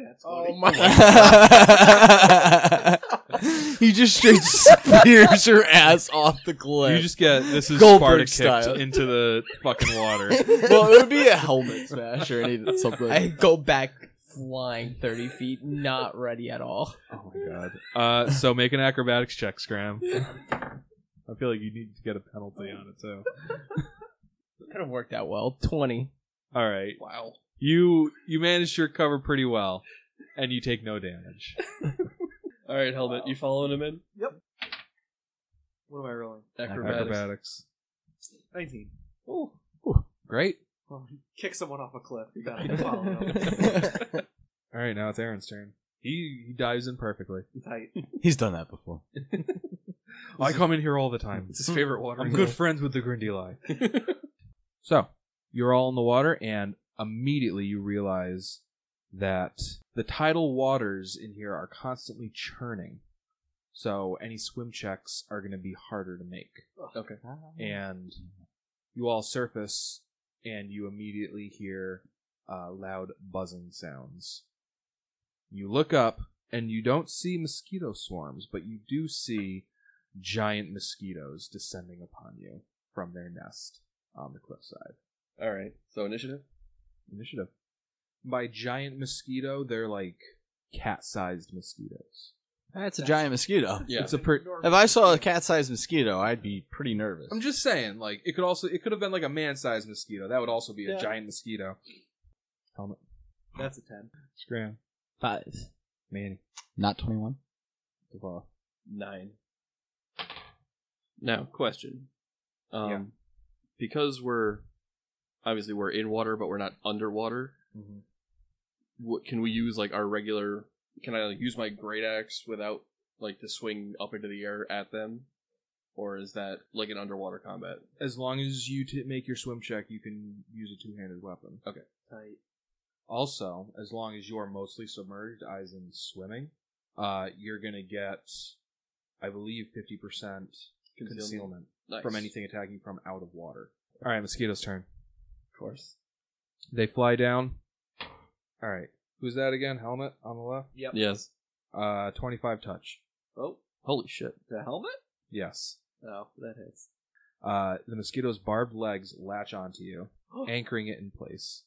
S3: That's
S5: Oh
S3: funny.
S5: my
S2: he just straight spears your ass off the cliff.
S1: you just get this is Sparta
S2: Goldberg
S1: kicked [laughs]
S2: style.
S1: into the fucking [laughs] water.
S2: well, it would be a helmet smash or [laughs] anything, something.
S5: I go back flying 30 feet, not ready at all.
S1: Oh my god. Uh, so make an acrobatics check, [laughs] Scram. I feel like you need to get a penalty on it too.
S5: Could have worked out well. 20.
S1: All right,
S4: Wow.
S1: you you managed your cover pretty well, and you take no
S4: [laughs]
S1: damage.
S4: All right, Helmet, you following him in?
S3: What am I rolling?
S4: Acrobatics.
S1: Acrobatics.
S3: 19.
S4: Oh,
S1: Great.
S3: Well, kick someone off a cliff. You got it.
S2: [laughs]
S3: Follow him.
S1: All right, now it's Aaron's turn. He he dives in perfectly.
S3: Tight.
S2: He's done that before.
S1: I come in here all the time.
S4: it's his favorite water.
S1: I'm good friends with the Grindeli. so you're all in the water, and immediately you realize that the tidal waters in here are constantly churning. So any swim checks are going to be harder to make.
S3: [laughs]
S4: Okay.
S1: And you all surface, and you immediately hear uh, loud buzzing sounds. You look up, and you don't see mosquito swarms, but you do see giant mosquitoes descending upon you from their nest on the cliffside.
S4: All right. So initiative.
S1: Initiative. By giant mosquito, they're like cat-sized mosquitoes.
S2: That's a giant mosquito.
S4: Yeah.
S1: It's a per-
S2: If I saw a cat-sized mosquito, I'd be pretty nervous.
S1: I'm just saying, like it could also it could have been like a man-sized mosquito. That would also be a
S3: Yeah.
S1: giant mosquito. Helmet.
S3: That's a 10.
S1: Scram.
S5: 5.
S1: Manny.
S2: Not 21.
S1: Devoth.
S4: Nine. Now, question. Um, Because we're obviously we're in water, but we're not underwater.
S1: Mhm.
S4: What can we use like our regular? Can I like, use my great axe without like to swing up into the air at them, or is that like an underwater combat?
S1: As long as you t- make your swim check, you can use a two-handed weapon.
S3: Tight.
S1: Also, as long as you're mostly submerged, as in swimming, uh, you're gonna get, I believe, fifty percent concealment.
S4: Nice.
S1: from anything attacking you from out of water. All right, mosquito's turn.
S4: Of course.
S1: They fly down. All right, who's that again? Helmet on the left.
S3: Yep.
S4: Yes.
S1: Uh, twenty-five touch.
S3: Oh,
S4: Holy shit.
S3: The helmet?
S1: Yes.
S3: Oh, that hits.
S1: Uh, the mosquito's barbed legs latch onto you, anchoring it in place.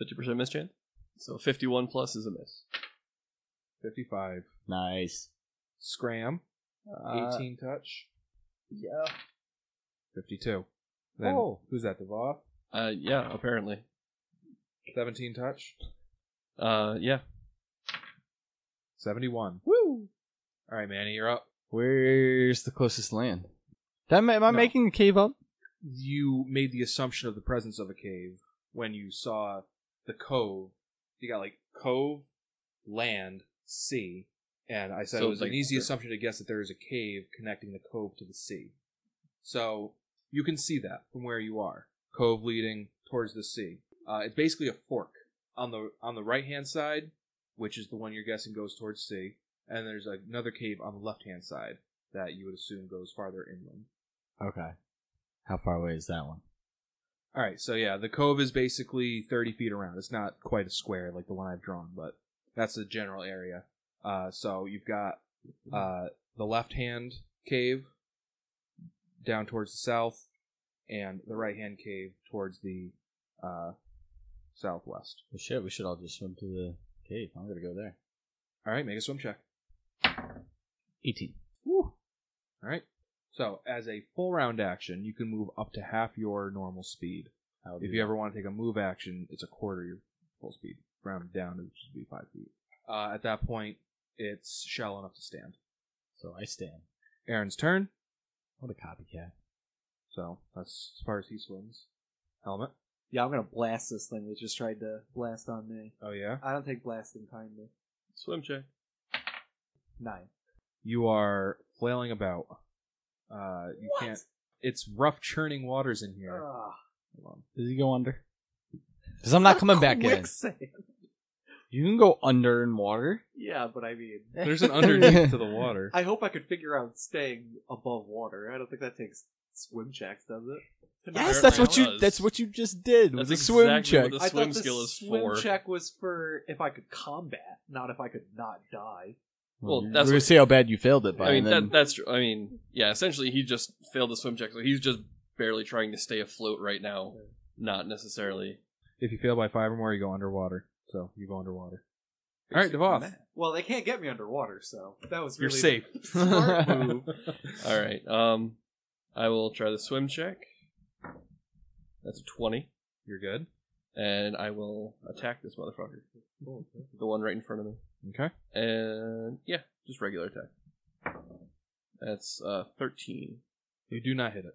S4: 50% miss chance? So 51 plus is a miss.
S1: 55.
S2: Nice.
S1: Scram.
S5: Uh,
S1: 18 touch.
S5: Yeah.
S1: 52. Then,
S5: Oh.
S1: who's that, Devoff?
S4: Uh, yeah, apparently.
S1: 17 touch.
S4: Uh, yeah.
S1: 71.
S5: Woo.
S1: All right, Manny, you're up.
S2: Where's the closest land? That ma- am I
S1: No.
S2: making a cave up?
S1: You made the assumption of the presence of a cave when you saw the cove. You got like cove, land, sea. And I said
S4: So
S1: it was
S4: it's
S1: an
S4: like-
S1: easy assumption to guess that there is a cave connecting the cove to the sea. So you can see that from where you are. Cove leading towards the sea. Uh, it's basically a fork on the on the right hand side, which is the one you're guessing goes towards sea, and there's another cave on the left hand side that you would assume goes farther inland.
S2: Okay. How far away is that one?
S1: All right, so yeah, the cove is basically 30 feet around. It's not quite a square like the one I've drawn, but that's the general area. Uh, so you've got uh, the left hand cave down towards the south, and the right hand cave towards the uh, southwest.
S2: Well, Oh, shit, we should all just swim to the cave. I'm gonna go there.
S1: All right, make a swim check.
S2: 18.
S1: All right. So as a full round action, you can move up to half your normal speed.
S2: I'll do
S1: If you ever want to take a move action, it's a quarter your full speed, rounded down, which would be five feet. Uh, at that point, it's shallow enough to stand.
S2: that. So I stand.
S1: Aaron's turn,
S2: What a copycat.
S1: so that's as far as he swims. Helmet.
S3: Yeah, I'm gonna blast this thing that just tried to blast on me.
S1: Oh yeah.
S3: I don't take blasting kindly.
S4: Swim check.
S3: Nine.
S1: You are flailing about. Uh, you
S3: What?
S1: can't. It's rough, churning waters in here.
S5: Uh.
S3: Ah,
S1: Hold on.
S2: Does he go under? Because I'm not coming back in.
S3: quicksand.
S2: You can go under in water.
S3: Yeah, but I mean,
S1: There's an underneath to the water.
S3: I hope I could figure out staying above water. I don't think that takes swim checks, does it?
S4: Yes,
S2: Yes,
S4: Apparently
S2: that's what you.
S4: it does.
S2: That's what you just did. Was
S4: That's
S2: a swim
S4: exactly what
S2: check.
S4: the
S3: I
S4: swim
S3: thought the
S4: skill is
S3: swim
S4: for.
S3: check was for if I could combat, not if I could not die.
S4: Well,
S2: We're
S4: that's
S2: gonna
S4: what-
S2: see how bad you failed it by.
S4: I mean,
S2: and then
S4: that, that's true. I mean, yeah, essentially he just failed the swim check, so he's just barely trying to stay afloat right now. Not necessarily.
S1: If you fail by five or more, you go underwater. So you go underwater. All right, Devoth.
S3: Well, they can't get me underwater, so that was
S1: You're
S3: really
S1: safe. [laughs]
S3: smart move.
S4: All right. Um, I will try the swim check. That's a 20.
S1: You're good.
S4: And I will attack this motherfucker. The one right in front of me.
S1: Okay.
S4: And yeah, just regular attack. That's uh 13.
S1: You do not hit it.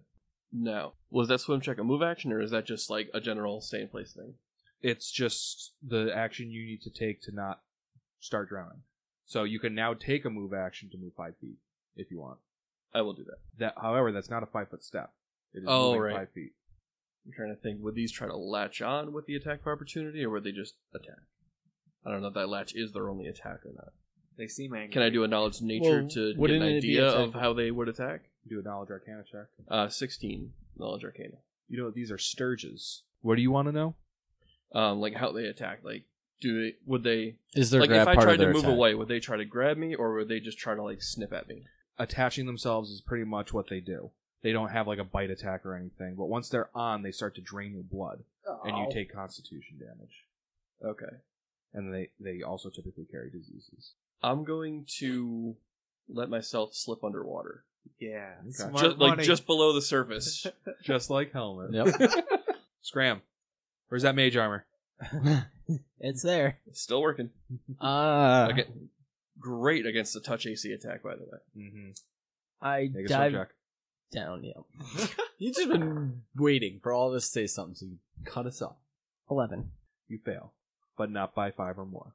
S4: No. Was that swim check a move action, or is that just like a general stay in place thing?
S1: it's just the action you need to take to not start drowning. So you can now take a move action to move five feet if you want.
S4: I will do that.
S1: That, however, that's not a five foot step. It is
S4: Oh,
S1: moving
S4: right.
S1: five feet.
S4: I'm trying to think. Would these try to latch on with the attack of opportunity, or would they just attack? I don't know if that latch is their only attack or not.
S3: They seem angry.
S4: Can I do a knowledge nature
S5: Well,
S4: to get an
S5: wouldn't it be
S4: idea of
S5: attack-
S4: how they would attack?
S1: Do a knowledge arcana check.
S4: Uh, 16 knowledge arcana.
S1: You know these are sturges. What do you want to know?
S4: Um, like how they attack. Like, do they would they
S2: is there
S4: like
S2: grab
S4: if I
S2: part
S4: tried
S2: of
S4: to
S2: their
S4: move
S2: attack?
S4: away, would they try to grab me, or would they just try to like snip at me?
S1: Attaching themselves is pretty much what they do. They don't have like a bite attack or anything, but once they're on, they start to drain your blood,
S3: Oh,
S1: and you take constitution damage.
S4: Okay,
S1: And they they also typically carry diseases.
S4: I'm going to let myself slip underwater,
S3: Yeah,
S1: Just-
S3: smart
S4: just like
S3: money.
S4: just below the surface.
S1: Just like helmet.
S2: Yep.
S1: Scram. Where's that mage armor?
S5: [laughs] It's there. Uh,
S4: it's still working.
S2: Ah.
S4: Okay. Great against the touch AC attack, by the way.
S1: Mm-hmm.
S5: I
S1: Make a swim
S5: dive
S1: check.
S5: down. Yeah.
S2: You've just been waiting for all of us to say something, so you cut us off.
S5: Eleven.
S1: you fail, but not by five or more.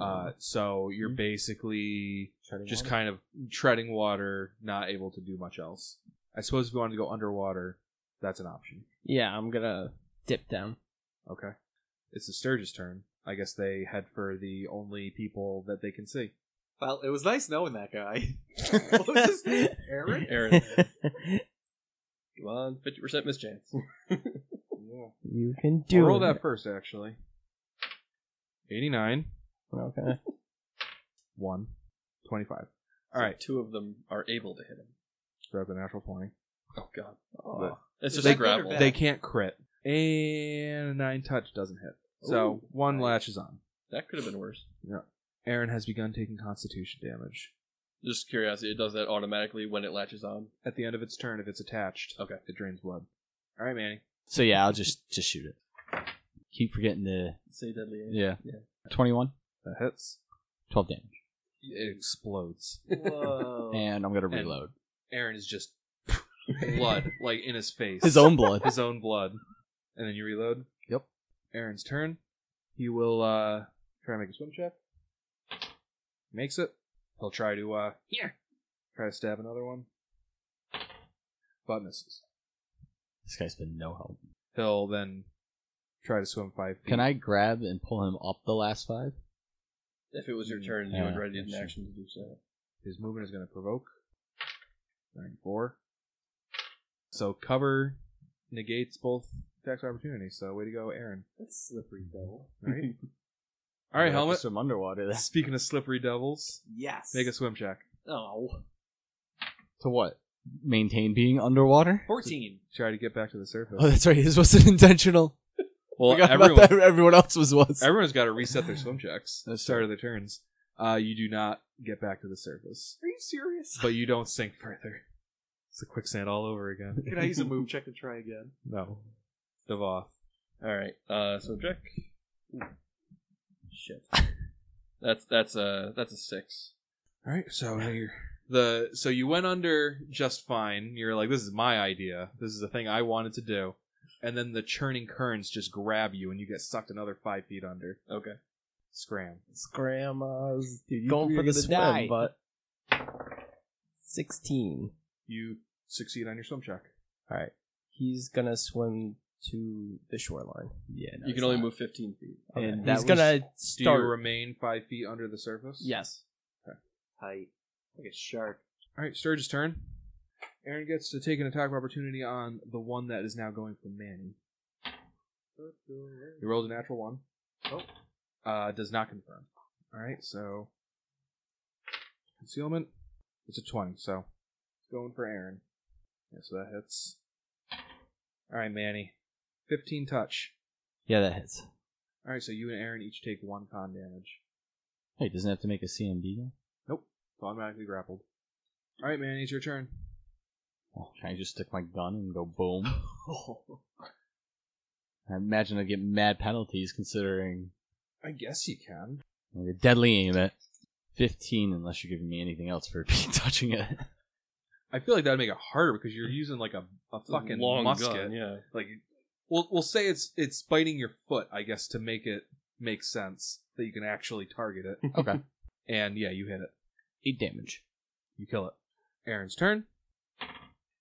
S1: Uh, so you're basically just kind of treading water, not able to do much else. I suppose if you wanted to go underwater, that's an option.
S5: Yeah, I'm gonna dip down.
S1: Okay. It's the Sturge's turn. I guess they head for the only people that they can see.
S3: Well, it was nice knowing that
S1: [laughs]
S3: guy. what was his name? Aaron.
S4: Aaron, come on, fifty percent mischance.
S5: you can
S1: I'll
S5: do
S1: roll
S5: it.
S1: that first, actually. 89, [laughs]
S5: Okay.
S1: 1, 25. All right.
S4: Two of them are able to hit him.
S1: Grab the natural 20.
S4: Oh god.
S1: Oh.
S4: It's just
S1: They-
S4: a grapple.
S3: Yeah.
S1: They can't crit. And a 9 touch doesn't hit. So
S4: Ooh,
S1: one
S4: nice.
S1: latches on.
S4: That could have been worse.
S1: Aaron has begun taking constitution damage.
S4: Just curiosity, it does that automatically when it latches on.
S1: At the end of its turn, if it's attached,
S4: Okay.
S1: it drains blood. All right, Manny.
S2: So yeah, I'll just just shoot it. Keep forgetting to
S4: Say deadly aim.
S2: yeah.
S4: Yeah.
S2: 21,
S1: That hits.
S2: 12 damage,
S1: It explodes.
S3: Whoa.
S2: and I'm gonna
S1: And-
S2: reload
S1: Aaron is [laughs] just blood, like in his face.
S2: his own blood.
S1: his own blood. And then you reload.
S2: Yep.
S1: Aaron's turn. He will uh try to make a swim check. Makes it. He'll try to uh here. Try to stab another one. But misses.
S2: This guy's been no help.
S1: He'll then try to swim five feet.
S2: Can I grab and pull him up the last five?
S4: If it was your turn, you
S2: Yeah,
S4: would ready an
S2: sure.
S4: action to do so.
S1: His movement is gonna provoke. Nine four. So cover negates both attacks of opportunity, so way to go, Aaron.
S3: That's slippery devil.
S2: [laughs]
S1: Alright. Alright,
S2: I'll have to
S1: helmet.
S2: Swim underwater. That's
S1: Speaking of slippery devils,
S3: Yes.
S1: make a swim check.
S3: Oh.
S2: to what? Maintain being underwater.
S3: 14.
S1: Try to get back to the surface.
S2: [laughs] Oh, that's right. His wasn't intentional.
S1: Well,
S2: Forgot about
S1: everyone,
S2: that. everyone else was was.
S1: everyone's got to reset their swim checks at the
S2: That's
S1: start of their turns. Uh, you do not get back to the surface,
S3: Are you serious?
S1: but you don't sink further. It's a quicksand all over again.
S3: Can I use a move check to try again?
S1: No, Devoth.
S4: Alright, uh so Jack. Shit. That's that's a that's a six.
S1: All right, so here the so you went under just fine. You're like, this is my idea. This is the thing I wanted to do, and then the churning currents just grab you, and you get sucked another five feet under.
S4: Okay.
S1: Scram.
S5: It's grandma's
S2: Dude, you
S5: going
S2: three
S5: for
S2: are
S5: the
S2: gonna
S5: swim,
S2: die.
S5: but sixteen.
S1: You succeed on your swim check.
S5: All right, he's gonna swim to the shoreline,
S2: yeah, no,
S4: you
S2: it's
S4: can only
S2: not.
S4: move fifteen feet.
S5: and
S2: that
S5: he's
S2: was-
S5: gonna
S1: Do
S5: start.
S1: you remain five feet under the surface?
S5: yes,
S3: Tight. Like a shark. [laughs]
S1: All right, Sturge's turn. Aaron gets to take an attack of opportunity on the one that is now going for Manny. He rolls a natural one.
S3: Oh.
S1: Uh, does not confirm. All right, so concealment. It's a twenty, so it's going for Aaron. Yeah, so that hits. All right, Manny. Fifteen touch.
S2: Yeah, that hits.
S1: All right, so you and Aaron each take one con damage.
S2: Hey, doesn't have to make a CMD. now?
S1: It's automatically grappled. All right, Manny, it's your turn.
S2: Oh, can I just stick my gun and go boom? I imagine I get mad penalties considering
S1: I guess you can.
S2: like, a deadly aim at 15, unless you're giving me anything else for [laughs] touching it.
S1: I feel like that'd make it harder because you're using like a, a fucking
S4: long
S1: musket.
S4: gun, yeah.
S1: Like, we'll we'll say it's it's biting your foot, I guess, to make it make sense that you can actually target [laughs] it.
S2: Okay.
S1: and yeah, you hit it.
S2: Eight damage.
S1: You kill it. Aaron's turn.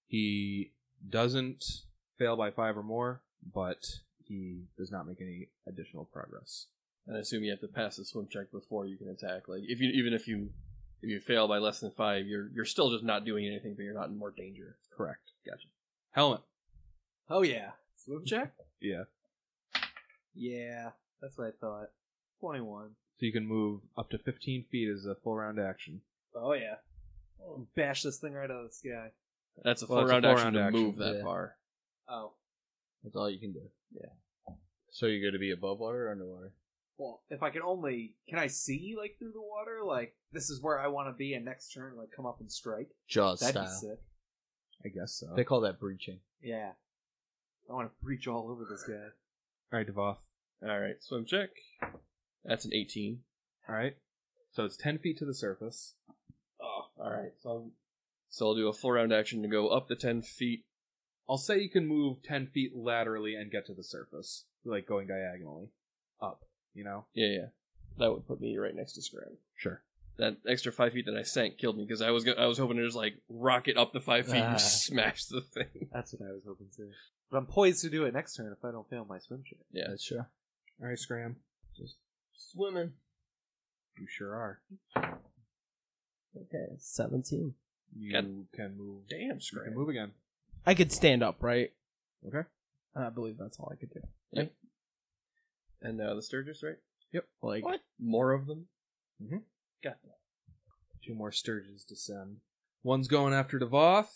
S1: He doesn't fail by five or more, but he does not make any additional progress.
S4: And I assume you have to pass the swim check before you can attack. Like if you even if you if you fail by less than five, you're you're still just not doing anything, but you're not in more danger.
S1: Correct.
S4: Gotcha.
S1: Helmet.
S3: Oh, yeah. Swim check?
S1: Yeah.
S3: Yeah. That's what I thought. 21.
S1: So you can move up to 15 feet as a full round action.
S3: Oh, yeah. Oh, bash this thing right out of the sky.
S4: That's a
S1: Well,
S4: four
S1: that's a
S4: round
S1: four-round
S4: action to
S1: action,
S4: move that
S2: yeah.
S4: far.
S3: Oh.
S2: That's all you can do. Yeah. So you're going to be above water or underwater?
S3: Well, if I can only. Can I see, like, through the water? Like, this is where I want to be, and next turn, like, come up and strike?
S2: Jaws
S3: That'd be
S2: style.
S3: sick.
S1: I guess so.
S2: They call that breaching.
S3: Yeah. I want to breach all over this guy.
S1: All right, Devoth.
S4: All right, swim check. That's an eighteen.
S1: All right. So it's 10 feet to the surface.
S4: Oh, all right. So I'll, so I'll do a full round action to go up the ten feet.
S1: I'll say you can move 10 feet laterally and get to the surface, like going diagonally up, you know?
S4: Yeah, yeah. That would put me right next to Scram.
S1: Sure.
S4: That extra five feet that I sank killed me because I was go- I was hoping to just like rocket up the five feet
S1: [laughs]
S2: Ah.
S4: and smash the thing.
S3: That's what I was hoping to. But I'm poised to do it next turn if I don't fail my swim check.
S4: Yeah.
S2: That's sure.
S1: All right, Scram. Just
S4: Swimming.
S1: you sure are.
S5: okay, seventeen.
S1: You
S4: Good.
S1: can move.
S4: Damn,
S1: You can
S4: Scram.
S1: move again.
S5: I could stand up, right?
S1: Okay.
S5: I believe that's all I could do.
S4: And uh, the Sturgis, right?
S5: Like
S4: More of them?
S1: Mhm.
S4: Got
S1: Two more Sturges descend. One's going after Devoth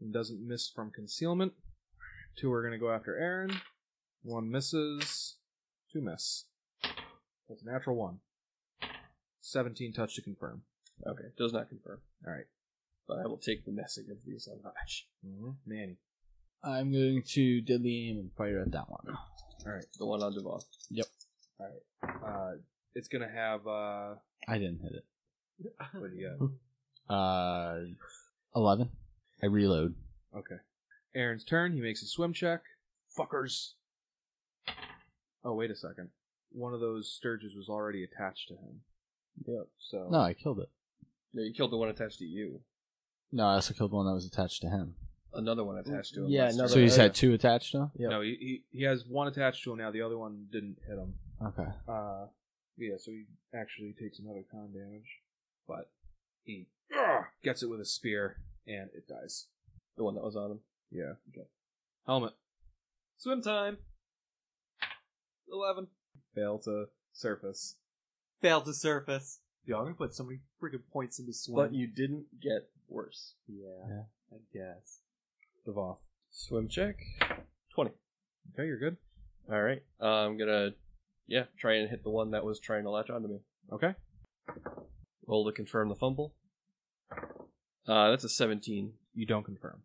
S1: and doesn't miss from concealment. Two are going to go after Aaron. One misses. Two miss. That's a natural one. 17 touch to confirm.
S4: Okay, does not confirm.
S1: All right.
S4: But I will take the mess against these unmatched.
S1: Mm-hmm. Manny.
S2: I'm going to deadly aim and fire at that one.
S4: The one on Devon.
S1: Uh, it's going to have. Uh,
S2: I didn't hit it.
S1: what do [laughs] you got?
S2: Uh, eleven. I reload.
S1: Okay. Aaron's turn. He makes a swim check. Fuckers. Oh, wait a second. One of those Sturges was already attached to him. Yep. So.
S2: No, I killed it.
S4: [laughs] No, you killed the one attached to you.
S2: No, I also killed one that was attached to him.
S4: Another one attached to him.
S5: Yeah,
S4: last
S5: another-
S2: So
S4: turn.
S2: he's had two attached now.
S5: Yep.
S1: No, he, he, he has one attached to him now. The other one didn't hit him.
S2: Okay.
S1: Uh, yeah, so he actually takes another con damage, but he ugh, gets it with a spear and it dies.
S4: The one that was on him.
S1: Yeah. Okay. Helmet
S3: Swim time. Eleven.
S1: fail to surface.
S3: Failed to surface. Yo, I'm gonna put so many freaking points into swim.
S4: But you didn't get worse.
S3: yeah, I guess.
S1: Devoth.
S4: Swim check. 20.
S1: Okay, you're good.
S4: All right. Uh, I'm going to, yeah, try and hit the one that was trying to latch onto me.
S1: Okay.
S4: Roll to confirm the fumble. Uh, that's a 17.
S1: You don't confirm.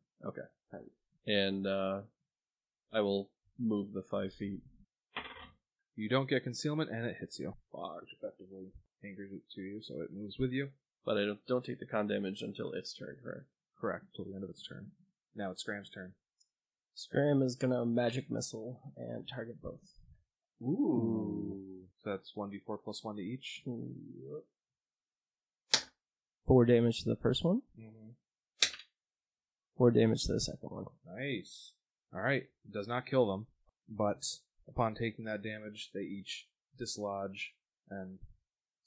S4: And uh, I will move the 5 feet.
S1: You don't get concealment and it hits you. Fox effectively anchors it to you, so it moves with you.
S4: But I don't, don't take the con damage until its turn, correct?
S1: Correct, till the end of its turn. Now it's Scram's turn.
S5: Scram is gonna magic missile and target both.
S1: Ooh. So that's 1d4 plus 1 to each.
S5: Four damage to the first one.
S1: Mm-hmm.
S5: Four damage to the second one.
S1: Nice. All right. Does not kill them, but upon taking that damage, they each dislodge and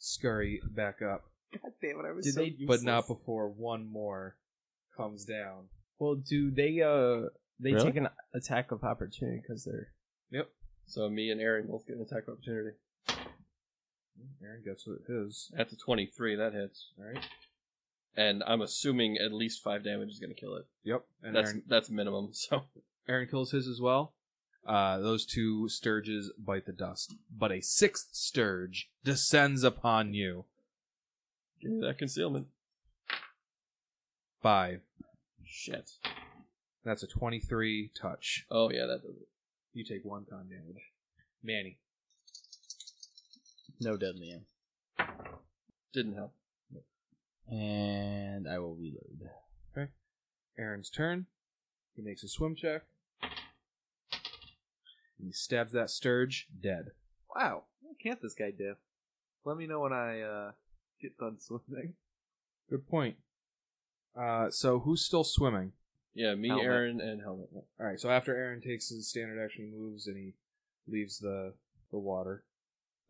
S1: scurry back up.
S3: God damn it, I was
S5: Did
S3: so
S5: they-
S1: But
S3: useless.
S1: not before one more comes down.
S5: Well, do they uh they
S2: Really?
S5: take an attack of opportunity because they're
S4: So me and Aaron both get an attack of opportunity.
S1: Hmm, Aaron gets what his.
S4: That's a 23. That hits.
S1: All right.
S4: And I'm assuming at least 5 damage is going to kill it.
S1: Yep. And
S4: that's,
S1: Aaron,
S4: that's minimum, [laughs] so.
S1: Aaron kills his as well. Uh, those two sturges bite the dust, but a sixth sturge descends upon you.
S4: Give me that concealment.
S1: Five.
S4: Shit.
S1: That's a twenty-three touch.
S4: Oh, yeah, that does it.
S1: You take one con damage. Manny.
S2: No deadly aim.
S4: Didn't help.
S2: And I will reload.
S1: Aaron's turn. He makes a swim check. And he stabs that Sturge dead.
S3: Wow, what can't this guy do? Let me know when I uh, get done swimming.
S1: Good point. Uh, so who's still swimming?
S4: Yeah, me,
S3: Helmet.
S4: Aaron, and Helmet.
S1: All right. So after Aaron takes his standard action, he moves and he leaves the the water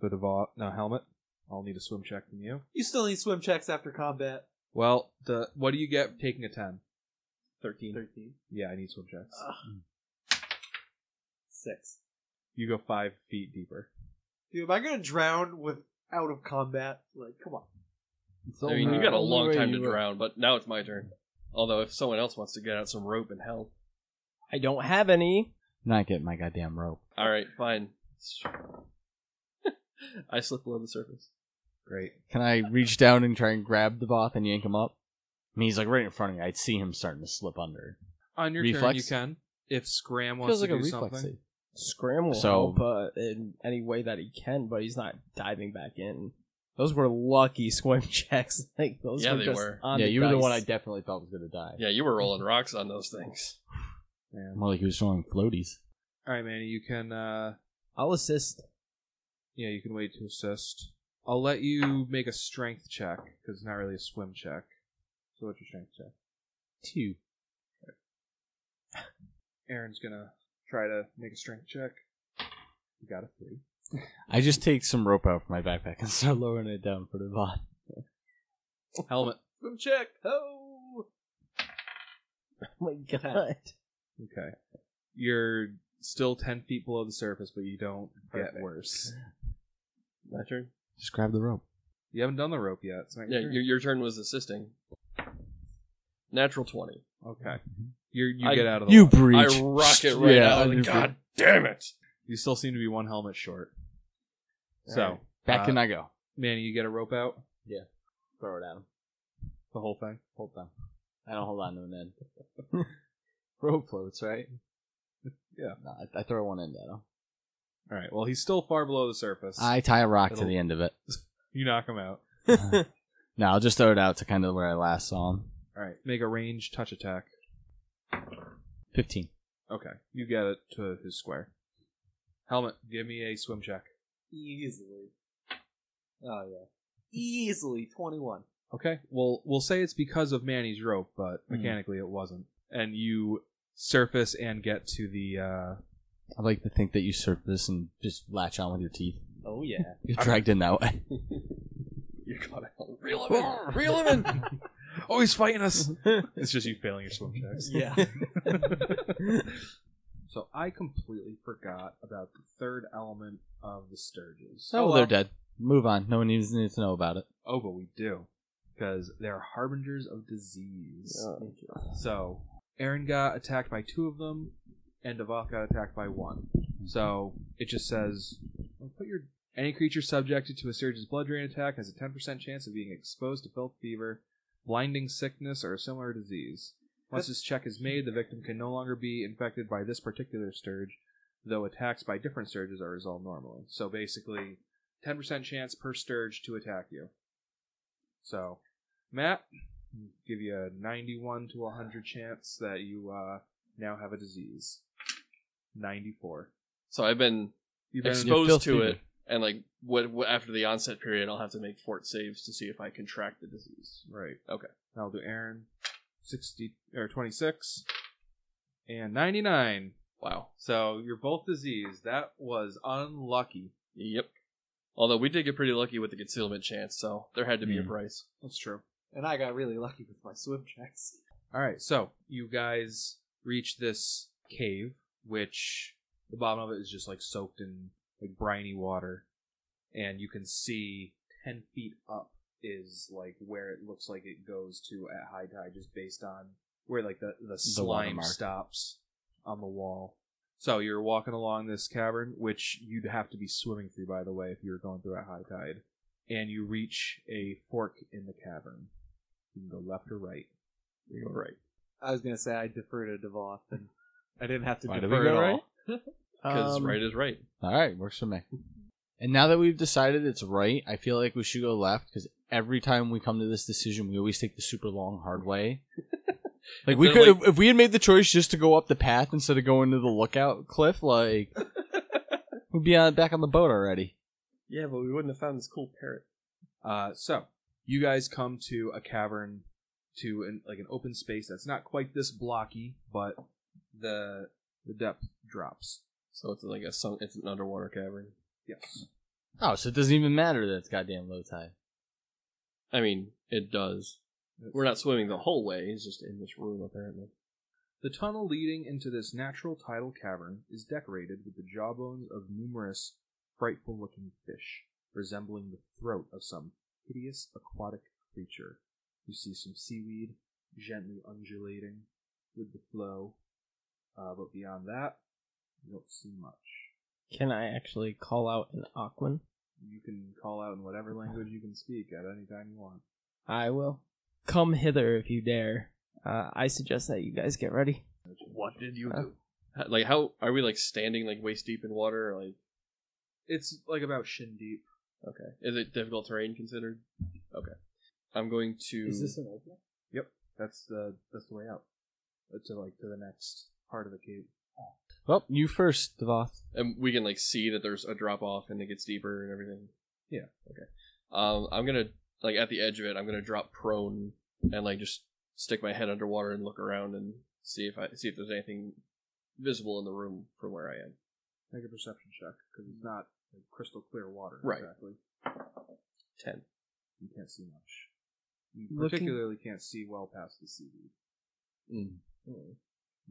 S1: for the va- no helmet. I'll need a swim check from you.
S3: You still need swim checks after combat.
S1: Well, the what do you get taking a ten?
S4: 13.
S3: Thirteen.
S1: Yeah, I need swim checks.
S3: Six.
S1: You go five feet deeper.
S3: Dude, am I gonna drown with out of combat? Like, come on.
S4: I mean, you got a long time to drown, but now it's my turn. Although, if someone else wants to get out some rope and help.
S5: I don't have any.
S2: Not getting my goddamn rope.
S4: Alright, fine. [laughs] I slip below the surface.
S1: Great.
S2: Can I reach down and try and grab the both and yank him up? I mean, he's like right in front of me. I'd see him starting to slip under.
S1: On your turn,
S2: Reflex?
S1: you can. If Scram wants
S2: Feels
S1: to
S2: like a
S1: do
S2: reflex.
S1: something,
S2: save.
S5: Scram will
S2: So-
S5: help uh, in any way that he can, but he's not diving back in. Those were lucky [laughs] swim checks. Like those
S4: Yeah,
S5: were
S4: they
S5: just
S4: were.
S5: on
S2: Yeah,
S5: the
S2: you were the
S5: dice.
S2: one I definitely thought was gonna die.
S4: Yeah, you were rolling rocks on those things.
S1: man.
S2: More like he was throwing floaties.
S1: All right, Manny, you can. uh
S5: I'll assist. [laughs]
S1: Yeah, you can wait to assist. I'll let you make a strength check because it's not really a swim check. So what's your strength check?
S2: Two.
S1: Aaron's gonna try to make a strength check. You got a three.
S2: I just take some rope out from my backpack and [laughs] start lowering it down for the bot.
S1: Helmet.
S3: Swim check. Oh.
S5: Oh my god.
S1: Okay. You're still ten feet below the surface, but you don't
S4: Perfect.
S1: get worse.
S4: My turn?
S2: Just grab the rope.
S1: You haven't done the rope yet. So
S4: Yeah, your, your turn was assisting. Natural 20.
S1: okay. You're, you
S4: I-
S1: get out of the
S2: Mhm. You
S1: water.
S2: breach.
S4: I rock it right
S2: Yeah,
S4: now.
S2: I
S4: Like,
S2: do
S4: God damn it.
S1: You still seem to be one helmet short.
S2: All
S1: so,
S2: right. Back
S1: uh,
S2: can I go?
S1: Manny, you get a rope out
S2: Throw it at him.
S1: the whole thing.
S2: Hold on. I don't hold on to an end. [laughs] Rope floats, [laughs] right?
S1: Yeah.
S2: No, I, I throw one end at him.
S1: All right. Well, he's still far below the surface.
S2: I tie a rock
S1: It'll-
S2: to the end of it.
S1: You knock him out.
S2: No, I'll just throw it out to kind of where I last saw him.
S1: All right. Make a range touch attack.
S2: 15.
S1: Okay. You get it to his square. Helmet, give me a swim check.
S3: Easily. Oh yeah. Easily twenty one.
S1: Okay. Well, we'll say it's because of Manny's rope, but
S2: Hmm.
S1: mechanically it wasn't. And you surface and get to the. uh
S2: I like to think that you surface and just latch on with your teeth.
S5: oh yeah.
S2: You're dragged in that way.
S4: You got it. Reel him
S1: [laughs]
S4: in. Reel him in.
S1: Oh, he's fighting us! it's just you failing your swim checks.
S5: yeah.
S1: [laughs] so I completely forgot about the third element of the Sturges.
S2: Oh, well, they're dead. Move on. No one needs, needs to know about it.
S1: Oh, but we do. Because they're harbingers of disease.
S2: Oh.
S1: So, Aaron got attacked by two of them, and Devoth got attacked by one. So, it just says well, put your any creature subjected to a surgeon's blood drain attack has a 10% chance of being exposed to filth fever, blinding sickness, or a similar disease. Once this check is made, the victim can no longer be infected by this particular sturge, though attacks by different sturges are resolved normally. So basically, 10% chance per sturge to attack you. So, Matt, give you a 91 to 100 chance that you uh, now have a disease. 94.
S4: So I've been
S1: You've been-
S4: exposed to
S2: filthy.
S4: it, and like what, what after the onset period, I'll have to make fort saves to see if I contract the disease.
S1: Right.
S4: Okay.
S1: I'll do Aaron, sixty or twenty six, and ninety nine.
S4: Wow.
S1: So you're both diseased. That was unlucky.
S4: Yep. Although we did get pretty lucky with the concealment chance, so there had to be a
S2: Hmm.
S4: price.
S1: That's true.
S3: And I got really lucky with my swim checks.
S1: All right. So you guys reach this cave, which the bottom of it is just like soaked in like briny water, and you can see ten feet up is like where it looks like it goes to at high tide, just based on where like the the slime
S2: watermark.
S1: stops on the wall. So you're walking along this cavern, which you'd have to be swimming through, by the way, if you were going through at high tide, and you reach a fork in the cavern. You can go left or right.
S4: You go right.
S3: I was gonna say I defer to Devoth and [laughs] I didn't have to
S2: Why did we
S3: defer at
S2: go
S3: all.
S2: right? [laughs]
S4: Because
S5: Um,
S4: right is right.
S2: All right, works for me. And now that we've decided it's right, I feel like we should go left because every time we come to this decision, we always take the super long, hard way. like we
S4: They're
S2: could, if we had made the choice just to go up the path instead of going to the lookout cliff, like we'd be on, back on the boat already.
S4: Yeah, but we wouldn't have found this cool parrot.
S1: Uh, so you guys come to a cavern to an, like an open space that's not quite this blocky, but the the depth drops.
S4: So it's like a sunk. It's an underwater cavern.
S1: Yes.
S2: Oh, so it doesn't even matter that it's goddamn low tide.
S4: I mean, it does. We're not swimming the whole way. It's just in this room apparently.
S1: The tunnel leading into this natural tidal cavern is decorated with the jawbones of numerous frightful looking fish, resembling the throat of some hideous aquatic creature. You see some seaweed gently undulating with the flow, uh, but beyond that, you don't see much.
S5: Can I actually call out an Aquan?
S1: You can call out in whatever language you can speak at any time you want.
S5: I will. Come hither if you dare. Uh, I suggest that you guys get ready.
S4: What did you
S5: do?
S4: How- Like, how are we like standing like waist deep in water? Or, like,
S1: It's like about shin deep.
S4: okay, is it difficult terrain considered? Okay, I'm going to.
S3: an opening?
S1: That's the that's the way out. Uh, To like to the next part of the cave.
S2: Well, you first, Devoth.
S4: and we can like see that there's a drop off and it gets deeper and everything.
S1: Yeah.
S4: Okay. Um, I'm gonna like at the edge of it. I'm gonna drop prone and like just stick my head underwater and look around and see if I see if there's anything visible in the room from where I am.
S1: Make a perception check because it's not like, crystal clear water
S4: Right.
S1: exactly.
S4: Ten.
S1: You can't see much. You
S5: Looking-
S1: particularly can't see well past the seaweed.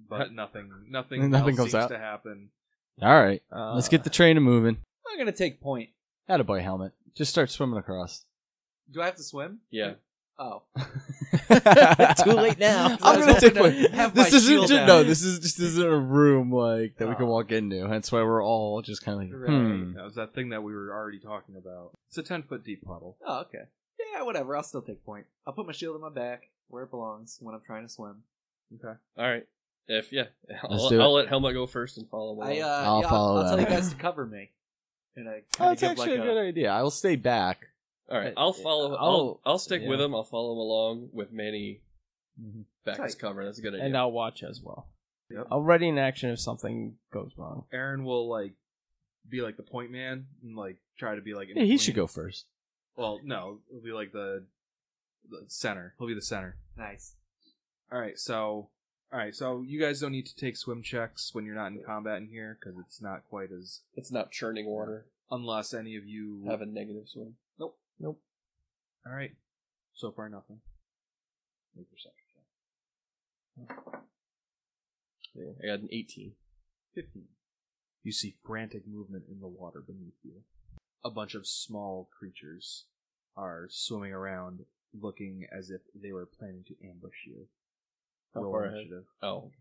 S1: But nothing, Mm. [laughs] nothing,
S2: Nothing
S1: else
S2: comes
S1: seems
S2: out.
S1: to happen.
S2: All right,
S5: Uh,
S2: let's get the train moving.
S3: I'm gonna take point.
S2: [laughs] Attaboy helmet. Just start swimming across.
S3: Do I have to swim?
S4: Yeah.
S3: Oh,
S5: Too late now.
S2: I'm gonna
S3: That's
S2: take
S3: what
S2: my.
S3: I have my
S2: This isn't
S3: shield
S2: ju-
S3: out.
S2: no. This is this isn't a room like that we can
S3: Oh.
S2: walk into. That's why we're all just kind of like,
S3: Right.
S2: hmm.
S1: That was that thing that we were already talking about. It's a ten foot deep puddle.
S3: oh, okay. Yeah, whatever. I'll still take point. I'll put my shield on my back where it belongs when I'm trying to swim.
S4: All right. If yeah, [laughs] I'll,
S2: Let's do it.
S4: I'll let Helmut go first and follow. Along.
S3: I, uh,
S2: I'll
S3: yeah,
S2: follow
S3: I'll, I'll tell you
S2: that. [laughs]
S3: guys to cover me. And I
S2: Oh,
S3: kind of
S2: that's
S3: give like
S2: actually
S3: a,
S2: a good idea. I will stay back.
S3: uh,
S4: All right, I'll follow. I'll I'll stick
S2: yeah.
S4: with him. I'll follow him along with Manny
S2: Mhm.
S4: back as
S3: Tight.
S4: cover. That's a good idea.
S5: and I'll watch as well.
S1: Yep.
S5: I'll ready in action if something goes wrong.
S1: Aaron will like be like the point man and like try to be like. in
S2: Yeah, he should
S1: between.
S2: go first.
S1: Well, no, he'll be like the, the center. He'll be the center.
S3: nice.
S1: All right, so all right, so you guys don't need to take swim checks when you're not in combat in here because it's not quite as
S4: it's not churning water.
S1: unless any of you
S4: Have a negative swim.
S1: All right, so far nothing. Make perception.
S4: Yeah, I got an eighteen.
S1: Fifteen. You see frantic movement in the water beneath you. A bunch of small creatures are swimming around, looking as if they were planning to ambush you.
S4: How
S1: Roll
S4: far ahead?
S1: initiative.
S4: Oh,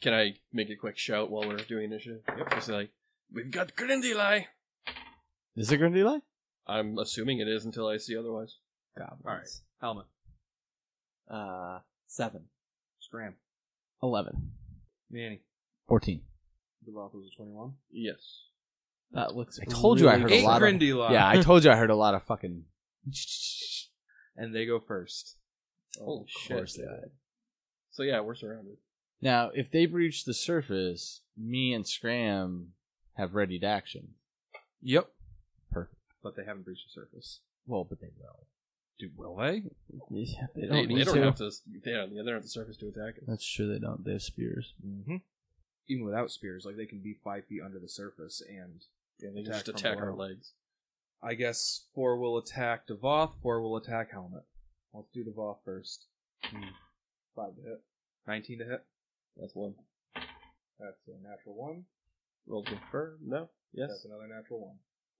S4: can I make a quick shout while we're doing initiative? Yep. Just like we've got Grindelai.
S2: Is it going to be like?
S4: I'm assuming it is until I see otherwise.
S5: Goblins.
S1: All right, Helmet,
S3: Uh, seven.
S1: Scram,
S5: Eleven.
S1: Manny.
S2: 14.
S1: The was a twenty-one.
S4: Yes.
S5: That looks.
S2: I told you I heard a
S1: Eight
S2: lot of-
S1: Grindylock.
S2: Yeah,
S3: [laughs]
S2: I told you I heard a lot of fucking. [laughs]
S1: and they go first.
S4: Holy
S2: Of course
S4: Oh, shit.
S2: they did.
S4: So yeah, we're surrounded.
S2: Now, if they breach the surface, me and Scram have readied action.
S1: Yep.
S2: Perfect.
S1: But they haven't breached the surface.
S2: Well, but they will.
S1: Do will they?
S5: Yeah, they
S2: Oh,
S4: They,
S5: don't,
S4: they
S5: need
S4: don't
S5: to.
S4: have to. They don't, they don't have to surface to attack us.
S2: That's true. They don't. They have spears.
S1: Mm-hmm. Even without spears, like they can be five feet under the surface, and
S4: Yeah, they can
S1: Attack
S4: just
S1: from
S4: attack our
S1: below.
S4: legs.
S1: I guess four will attack Devoth, four will attack Helmet. Let's do Devoth first. Five to hit, nineteen to hit.
S4: That's one.
S1: That's a natural one.
S4: Roll to confirm. No. Yes.
S1: That's another natural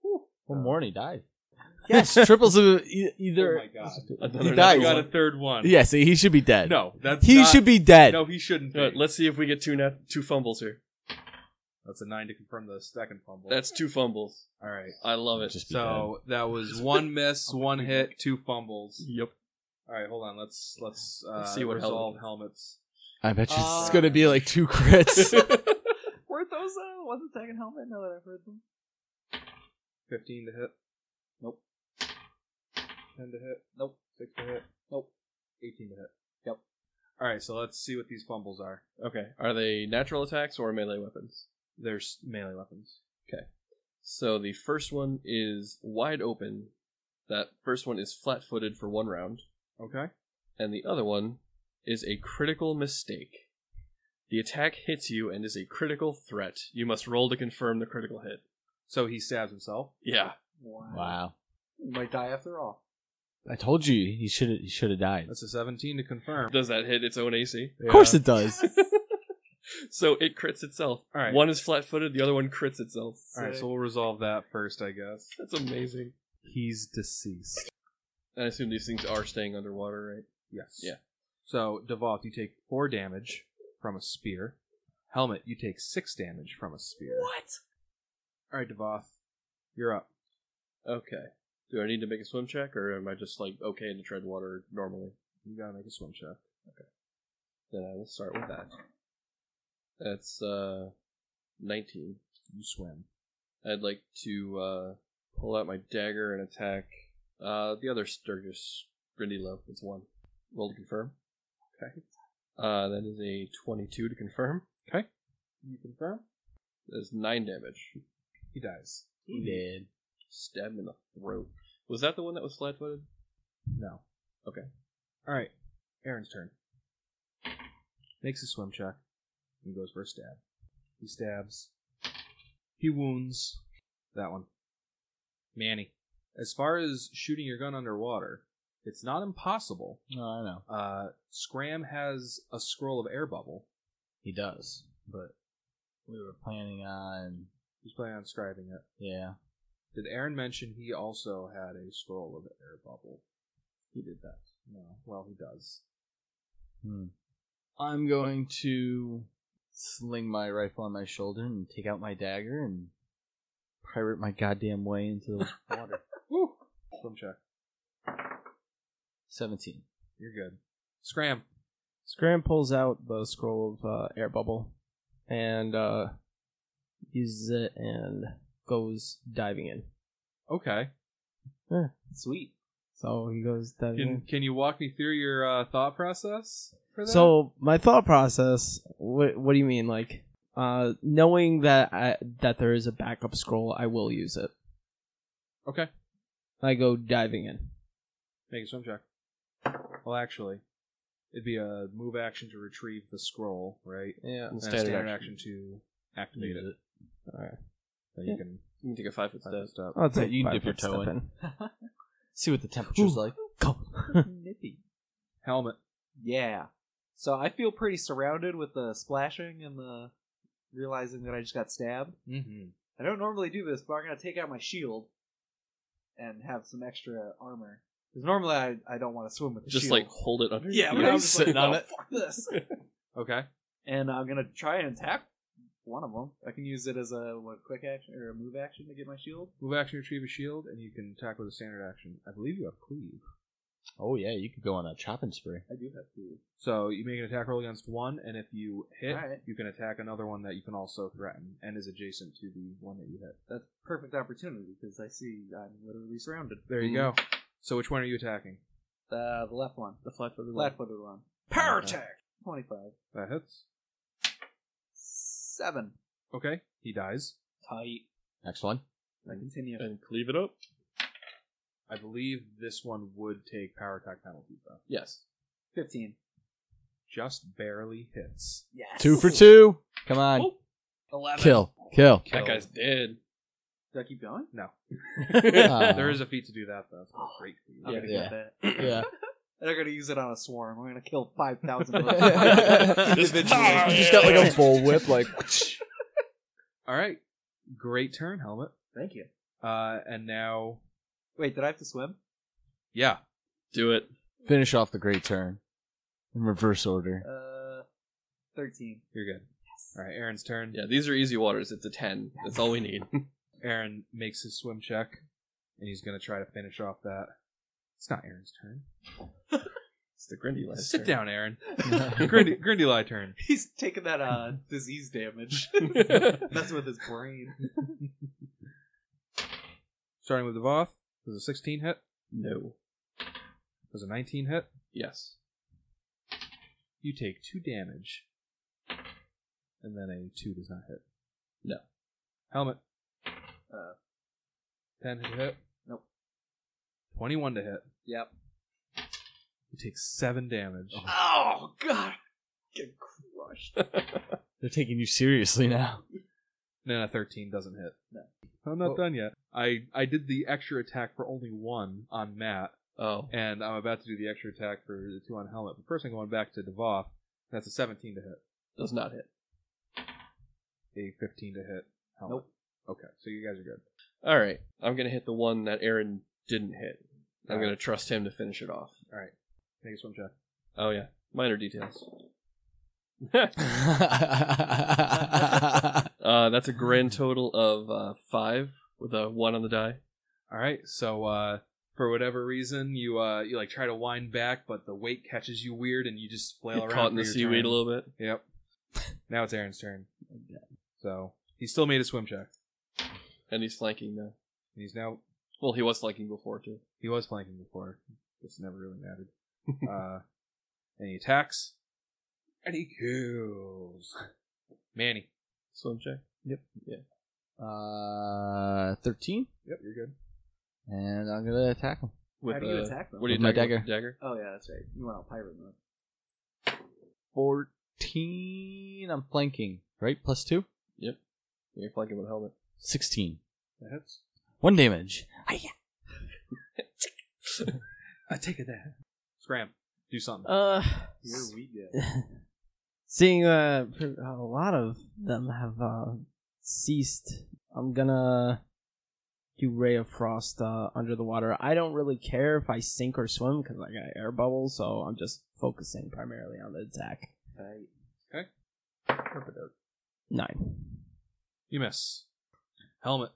S1: one.
S2: Well, Morny died.
S1: [laughs]
S2: Yes, triples of e- either.
S1: Oh my god!
S4: Another
S2: He
S1: I
S2: dies.
S1: got a third one.
S2: Yeah, see, he should be dead.
S1: No, that's
S2: he
S1: not-
S2: should be dead.
S1: No, he shouldn't.
S4: Uh,
S1: Be.
S4: let's see if we get two nat- two fumbles here.
S1: That's a nine to confirm the second fumble.
S4: That's two fumbles.
S1: all right.
S4: I love it.
S2: Just be
S1: So that [laughs] was one miss, one hit, two fumbles.
S4: Yep.
S1: All right, hold on. Let's let's, uh,
S4: Let's see what
S1: resolve
S4: helmet-
S1: helmets.
S2: dead. I bet you it's
S3: Uh,
S2: gonna be like two crits.
S1: [laughs]
S3: Weren't those, uh, wasn't Tag and Helmet now that I've heard them?
S1: Fifteen to hit. Nope. Ten to hit. Nope. Six to hit. Nope. Eighteen to hit. Yep. All right, so let's see what these fumbles are.
S4: okay. Are they natural attacks or melee weapons?
S1: There's melee weapons.
S4: So the first one is wide open. That first one is flat footed for one round.
S1: Okay.
S4: and the other one is a critical mistake. The attack hits you and is a critical threat. You must roll to confirm the critical hit.
S1: So he stabs himself.
S4: Yeah.
S2: wow.
S3: You might die after all.
S2: I told you he should he should have died.
S1: That's a seventeen to confirm.
S4: Does that hit its own AC?
S2: Of course it does.
S4: So it crits itself.
S1: All right.
S4: One is flat footed, the other one crits itself.
S1: All right, so we'll resolve that first, I guess.
S4: That's amazing.
S1: He's deceased.
S4: I assume these things are staying underwater, right?
S1: Yes.
S4: Yeah.
S1: So Devoth, you take four damage from a spear. Helmet, you take six damage from a spear. What? All right, Devoth, you're up.
S4: Okay. Do I need to make a swim check, or am I just like okay to tread water normally?
S1: You gotta make a swim check.
S4: Then I will start with that. That's uh, 19.
S1: You swim.
S4: I'd like to uh, pull out my dagger and attack uh, the other Sturgis Grindylow. It's one. Roll to confirm. Okay. Uh, that is a 22 to confirm. Okay.
S1: You confirm?
S4: That's 9 damage.
S1: He dies.
S2: he did.
S4: Stab him in the throat. Was that the one that was flat footed?
S1: No.
S4: Okay.
S1: All right. Aaron's turn. Makes a swim check. He goes for a stab. He stabs. He wounds. That one. Manny. As far as shooting your gun underwater, it's not impossible.
S2: [laughs] No, I know
S1: Uh, Scram has a scroll of air bubble.
S2: he does, but we were planning on
S1: He's planning on scribing it.
S2: yeah.
S1: Did Aaron mention he also had a scroll of air bubble? He did that. No. Well, he does.
S2: Hmm. I'm going to sling my rifle on my shoulder and take out my dagger and pirate my goddamn way into
S1: [laughs]
S2: the water.
S1: Woo! Swim check.
S2: 17.
S1: You're good. Scram.
S5: Scram pulls out the scroll of uh, air bubble and uh, uses it and goes diving in.
S1: Okay.
S3: Sweet.
S5: So he goes diving
S1: Can
S5: in.
S1: Can you walk me through your uh, thought process for that?
S5: So my thought process. What What do you mean? Like, uh, knowing that I, that there is a backup scroll, I will use it.
S1: Okay.
S5: I go diving in.
S1: Make a swim check. Well, actually, it'd be a move action to retrieve the scroll, right?
S5: Yeah.
S1: And a
S4: Standard
S1: standard
S4: action.
S1: action. to activate it.
S5: All right.
S1: So
S5: Yeah.
S1: you can
S4: You can take a five foot
S1: five
S4: step.
S1: foot step.
S5: I'll take
S2: you can
S5: five
S2: dip your
S5: foot
S2: toe
S5: step
S2: in. See what the temperature's
S5: Ooh.
S2: like.
S5: Go.
S2: [laughs]
S3: Nippy.
S1: Helmet.
S3: Yeah. So I feel pretty surrounded with the splashing and the realizing that I just got stabbed.
S1: Mm-hmm.
S3: I don't normally do this, but I'm gonna take out my shield and have some extra armor. Because normally I, I don't want to swim with the
S4: Just
S3: shield.
S4: like hold it under.
S3: yeah,
S4: your
S3: but
S4: ear.
S3: I'm just like, "Oh,
S2: [laughs]
S3: Fuck this.
S1: Okay.
S3: and I'm gonna try and attack one of them. I can use it as a what quick action or a move action to get my shield.
S1: Move action, retrieve a shield, and you can attack with a standard action. I believe you have cleave.
S2: Oh, yeah, you could go on a chopping spree.
S3: I do have to.
S1: So you make an attack roll against one, and if you hit,
S3: Alright.
S1: you can attack another one that you can also threaten and is adjacent to the one that you hit.
S3: That's perfect opportunity because I see I'm literally surrounded.
S1: There you go. So which one are you attacking?
S3: Uh, the left one,
S4: The flat footed
S3: flat footed one.
S1: Power
S3: attack. Twenty-five,
S1: That hits.
S3: seven,
S1: Okay. He dies.
S3: tight.
S2: Next one.
S3: I continue.
S4: And cleave it up.
S1: I believe this one would take power attack penalty though.
S4: Yes.
S3: Fifteen.
S1: Just barely hits.
S3: Yes.
S2: Two for two. Come on.
S4: Oh.
S3: Eleven.
S2: Kill. Kill.
S1: Kill. [laughs]
S4: That [laughs] guy's dead.
S3: Do I keep going?
S1: No.
S2: Ah.
S1: there is a feat to do that though. It's not great feat.
S3: I'm gonna
S2: Yeah.
S3: get
S2: [clears throat]
S3: that. [clears throat]
S2: Yeah.
S3: And I'm gonna use it on a swarm. I'm gonna kill five thousand.
S2: [laughs]
S1: [laughs]
S2: Just- you just got [laughs] like a bull whip, like.
S1: All right. Great turn, helmet.
S3: Thank you.
S1: Uh, and now,
S3: Wait, did I have to swim?
S1: yeah.
S4: Do it.
S2: Finish off the great turn in reverse order.
S3: Uh, thirteen.
S1: You're good. All right, Aaron's turn.
S4: Yeah, these are easy waters. It's a ten. That's all
S1: [laughs]
S4: we need.
S1: Aaron makes his swim check, and he's going to try to finish off that. It's not Aaron's turn.
S4: It's the Grindy last
S1: Sit down,
S4: [laughs]
S1: Aaron.
S2: Grindy.
S1: Grindy, Grindyli turn.
S3: He's taking that uh [laughs]
S2: [laughs]
S3: disease damage. That's with his brain.
S1: Starting with the Voth. Does a 16 hit?
S4: no.
S1: Does a 19 hit?
S4: Yes.
S1: You take two damage, and then a two does not hit.
S4: No.
S1: Helmet.
S3: Uh.
S1: 10 to hit.
S3: Nope.
S1: 21 to hit.
S3: Yep.
S1: You take seven damage.
S3: Oh god, get crushed.
S2: Uh, They're taking you seriously [laughs] now.
S1: No, no, 13 doesn't hit.
S3: No.
S1: I'm not
S3: Oh.
S1: done yet. I, I did the extra attack for only one on Matt,
S4: Oh.
S1: and I'm about to do the extra attack for the two on Helmet. But first I'm going back to Devoth. That's a 17 to hit.
S4: Does not hit.
S1: A 15 to hit Helmet.
S3: Nope.
S1: Okay, so you guys are good.
S4: All right. I'm gonna hit the one that Aaron didn't hit. I'm
S1: All
S4: gonna trust him to finish it off.
S1: Make a swim check.
S4: Oh yeah. Minor details. Uh, that's a grand total of uh, five with a one on the die.
S1: All right, so uh, for whatever reason, you uh, you like try to wind back, but the weight catches you weird, and you just flail around.
S4: Caught in
S1: for
S4: the
S1: your
S4: seaweed
S1: turn.
S4: a little Oh, bit. [laughs]
S1: Yep. Now it's Aaron's turn. So he still made a swim check.
S4: And he's flanking now.
S1: He's now
S4: Well, he was flanking before, too.
S1: He was flanking before. Just never really mattered.
S3: [laughs]
S1: uh, and he attacks. And he kills. Manny.
S4: Swim check. Yep. Yeah.
S2: Uh, thirteen,
S1: Yep, you're good.
S2: and I'm gonna attack him.
S4: With uh,
S3: How do you
S4: the-
S3: attack them?
S4: What do you
S2: With my
S4: attack with the dagger?
S3: Oh yeah, that's right. You went out pirate mode.
S2: Fourteen. I'm flanking, right? Plus two.
S4: You're flanking with a helmet.
S2: Sixteen.
S1: That hits.
S2: One damage.
S1: I take it that. Scram. Do something.
S5: Uh, [laughs]
S3: Here we go.
S5: seeing uh, pr- a lot of them have uh, ceased, I'm gonna do ray of frost uh, under the water. I don't really care if I sink or swim because I got air bubbles, so I'm just focusing primarily on the attack. Nine.
S1: You miss. Helmet.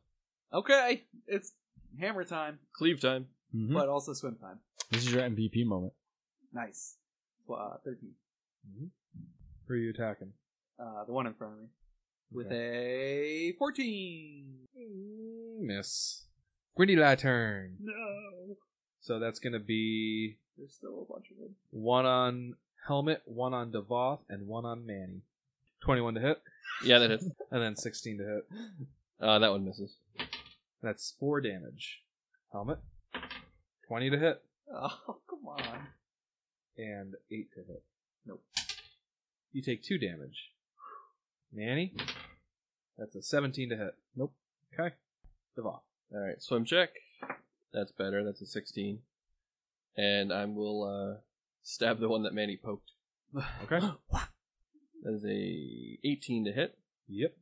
S3: Okay, it's hammer time,
S4: Cleave time.
S2: Mhm.
S3: but also swim time.
S2: This is your MVP moment.
S3: Nice. Uh, 13.
S1: Who are you attacking?
S3: Uh, the one in front of me. With a 14.
S1: Mm, Miss. Grindyla turn.
S3: No.
S1: So that's going to be
S3: There's still a bunch of them.
S1: one on Helmet, one on Devoth, and one on Manny. 21 to hit,
S4: Yeah, that hits.
S1: and then 16 to hit.
S4: Uh, that one misses.
S1: That's 4 damage. Helmet, 20 to hit,
S3: [laughs] Oh, come on.
S1: and 8 to hit. Nope. You take 2 damage. Manny, that's a 17 to hit. Nope. Okay. Devoth.
S4: All right, swim check. That's better. That's a 16. And I will uh, stab the one that Manny poked.
S1: Okay. [gasps]
S4: That is a 18 to hit.
S1: yep.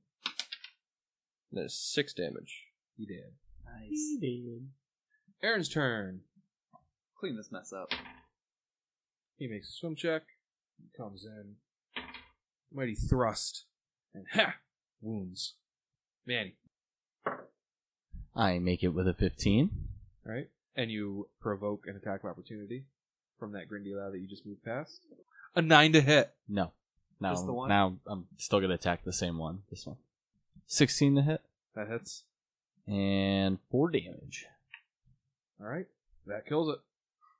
S4: And that is 6 damage.
S1: He did.
S3: Nice.
S1: Aaron's turn.
S3: Clean this mess up. [laughs]
S1: He makes a swim check. He comes in. Mighty thrust. And ha! Wounds. Manny.
S2: I make it with a 15.
S1: Alright? And you provoke an attack of opportunity from that Grindyla that you just moved past. A nine to hit.
S2: No. Now,
S3: Just the one?
S2: now I'm still going to attack the same one. This one. 16 to hit.
S1: That hits.
S2: And 4 damage.
S1: Alright. That kills it.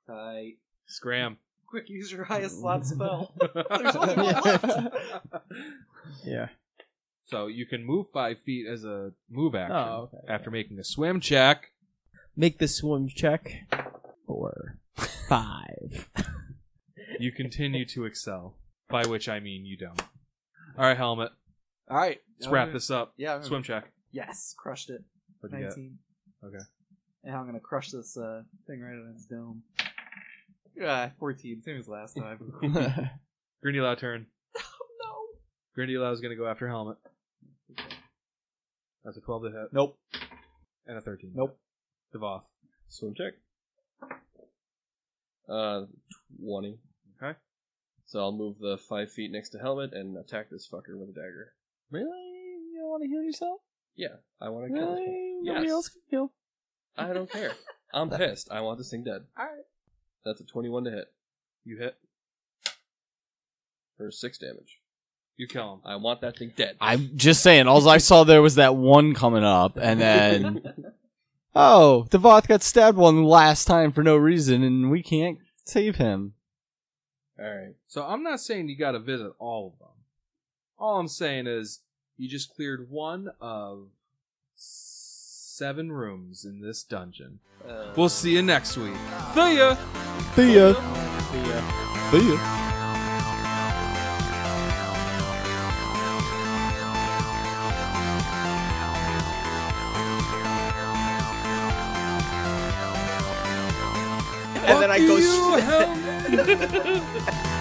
S3: Tight.
S1: Scram.
S3: Quick, use your highest slot [laughs] spell.
S1: There's
S3: only one left.
S5: Yeah.
S1: So you can move five feet as a move action
S5: Oh, okay.
S1: after making a swim check.
S5: Make the swim check. Four. Five.
S1: You continue to excel. By which I mean you don't. Alright, helmet.
S3: All right.
S1: Let's wrap this up.
S3: Yeah. I'm-
S1: Swim check.
S3: Yes, crushed it.
S1: What'd you get?
S3: 19.
S1: Okay.
S3: And I'm going to crush this uh, thing right on its dome. Yeah, 14. Same as last time. [laughs]
S1: Grindylaw turn.
S3: no.
S1: Grindylaw is going to go after Helmet. That's a 12 to hit.
S3: Nope.
S1: And a 13.
S3: Nope.
S1: Devoth.
S4: Swim check. Uh, 20.
S1: Okay.
S4: So I'll move the 5 feet next to helmet and attack this fucker with a dagger.
S5: Really? You don't want to heal yourself?
S4: Yeah, I want to kill this one.
S5: Really?
S4: Yes.
S5: Nobody else can heal.
S4: I don't care. [laughs] I'm pissed. I want this thing dead.
S3: Alright.
S4: That's a 21 to hit
S1: You hit.
S4: for 6 damage.
S1: You kill him.
S4: I want that thing dead.
S2: I'm just saying, all I saw there was that one coming up, and then.
S3: [laughs]
S2: oh, Devoth got stabbed one last time for no reason, and we can't save him.
S4: Alright.
S1: So I'm not saying you got to visit all of them. All I'm saying is you just cleared one of seven rooms in this dungeon.
S3: Uh,
S1: we'll see you next week. See ya!
S2: See ya. See ya.
S1: And then I go.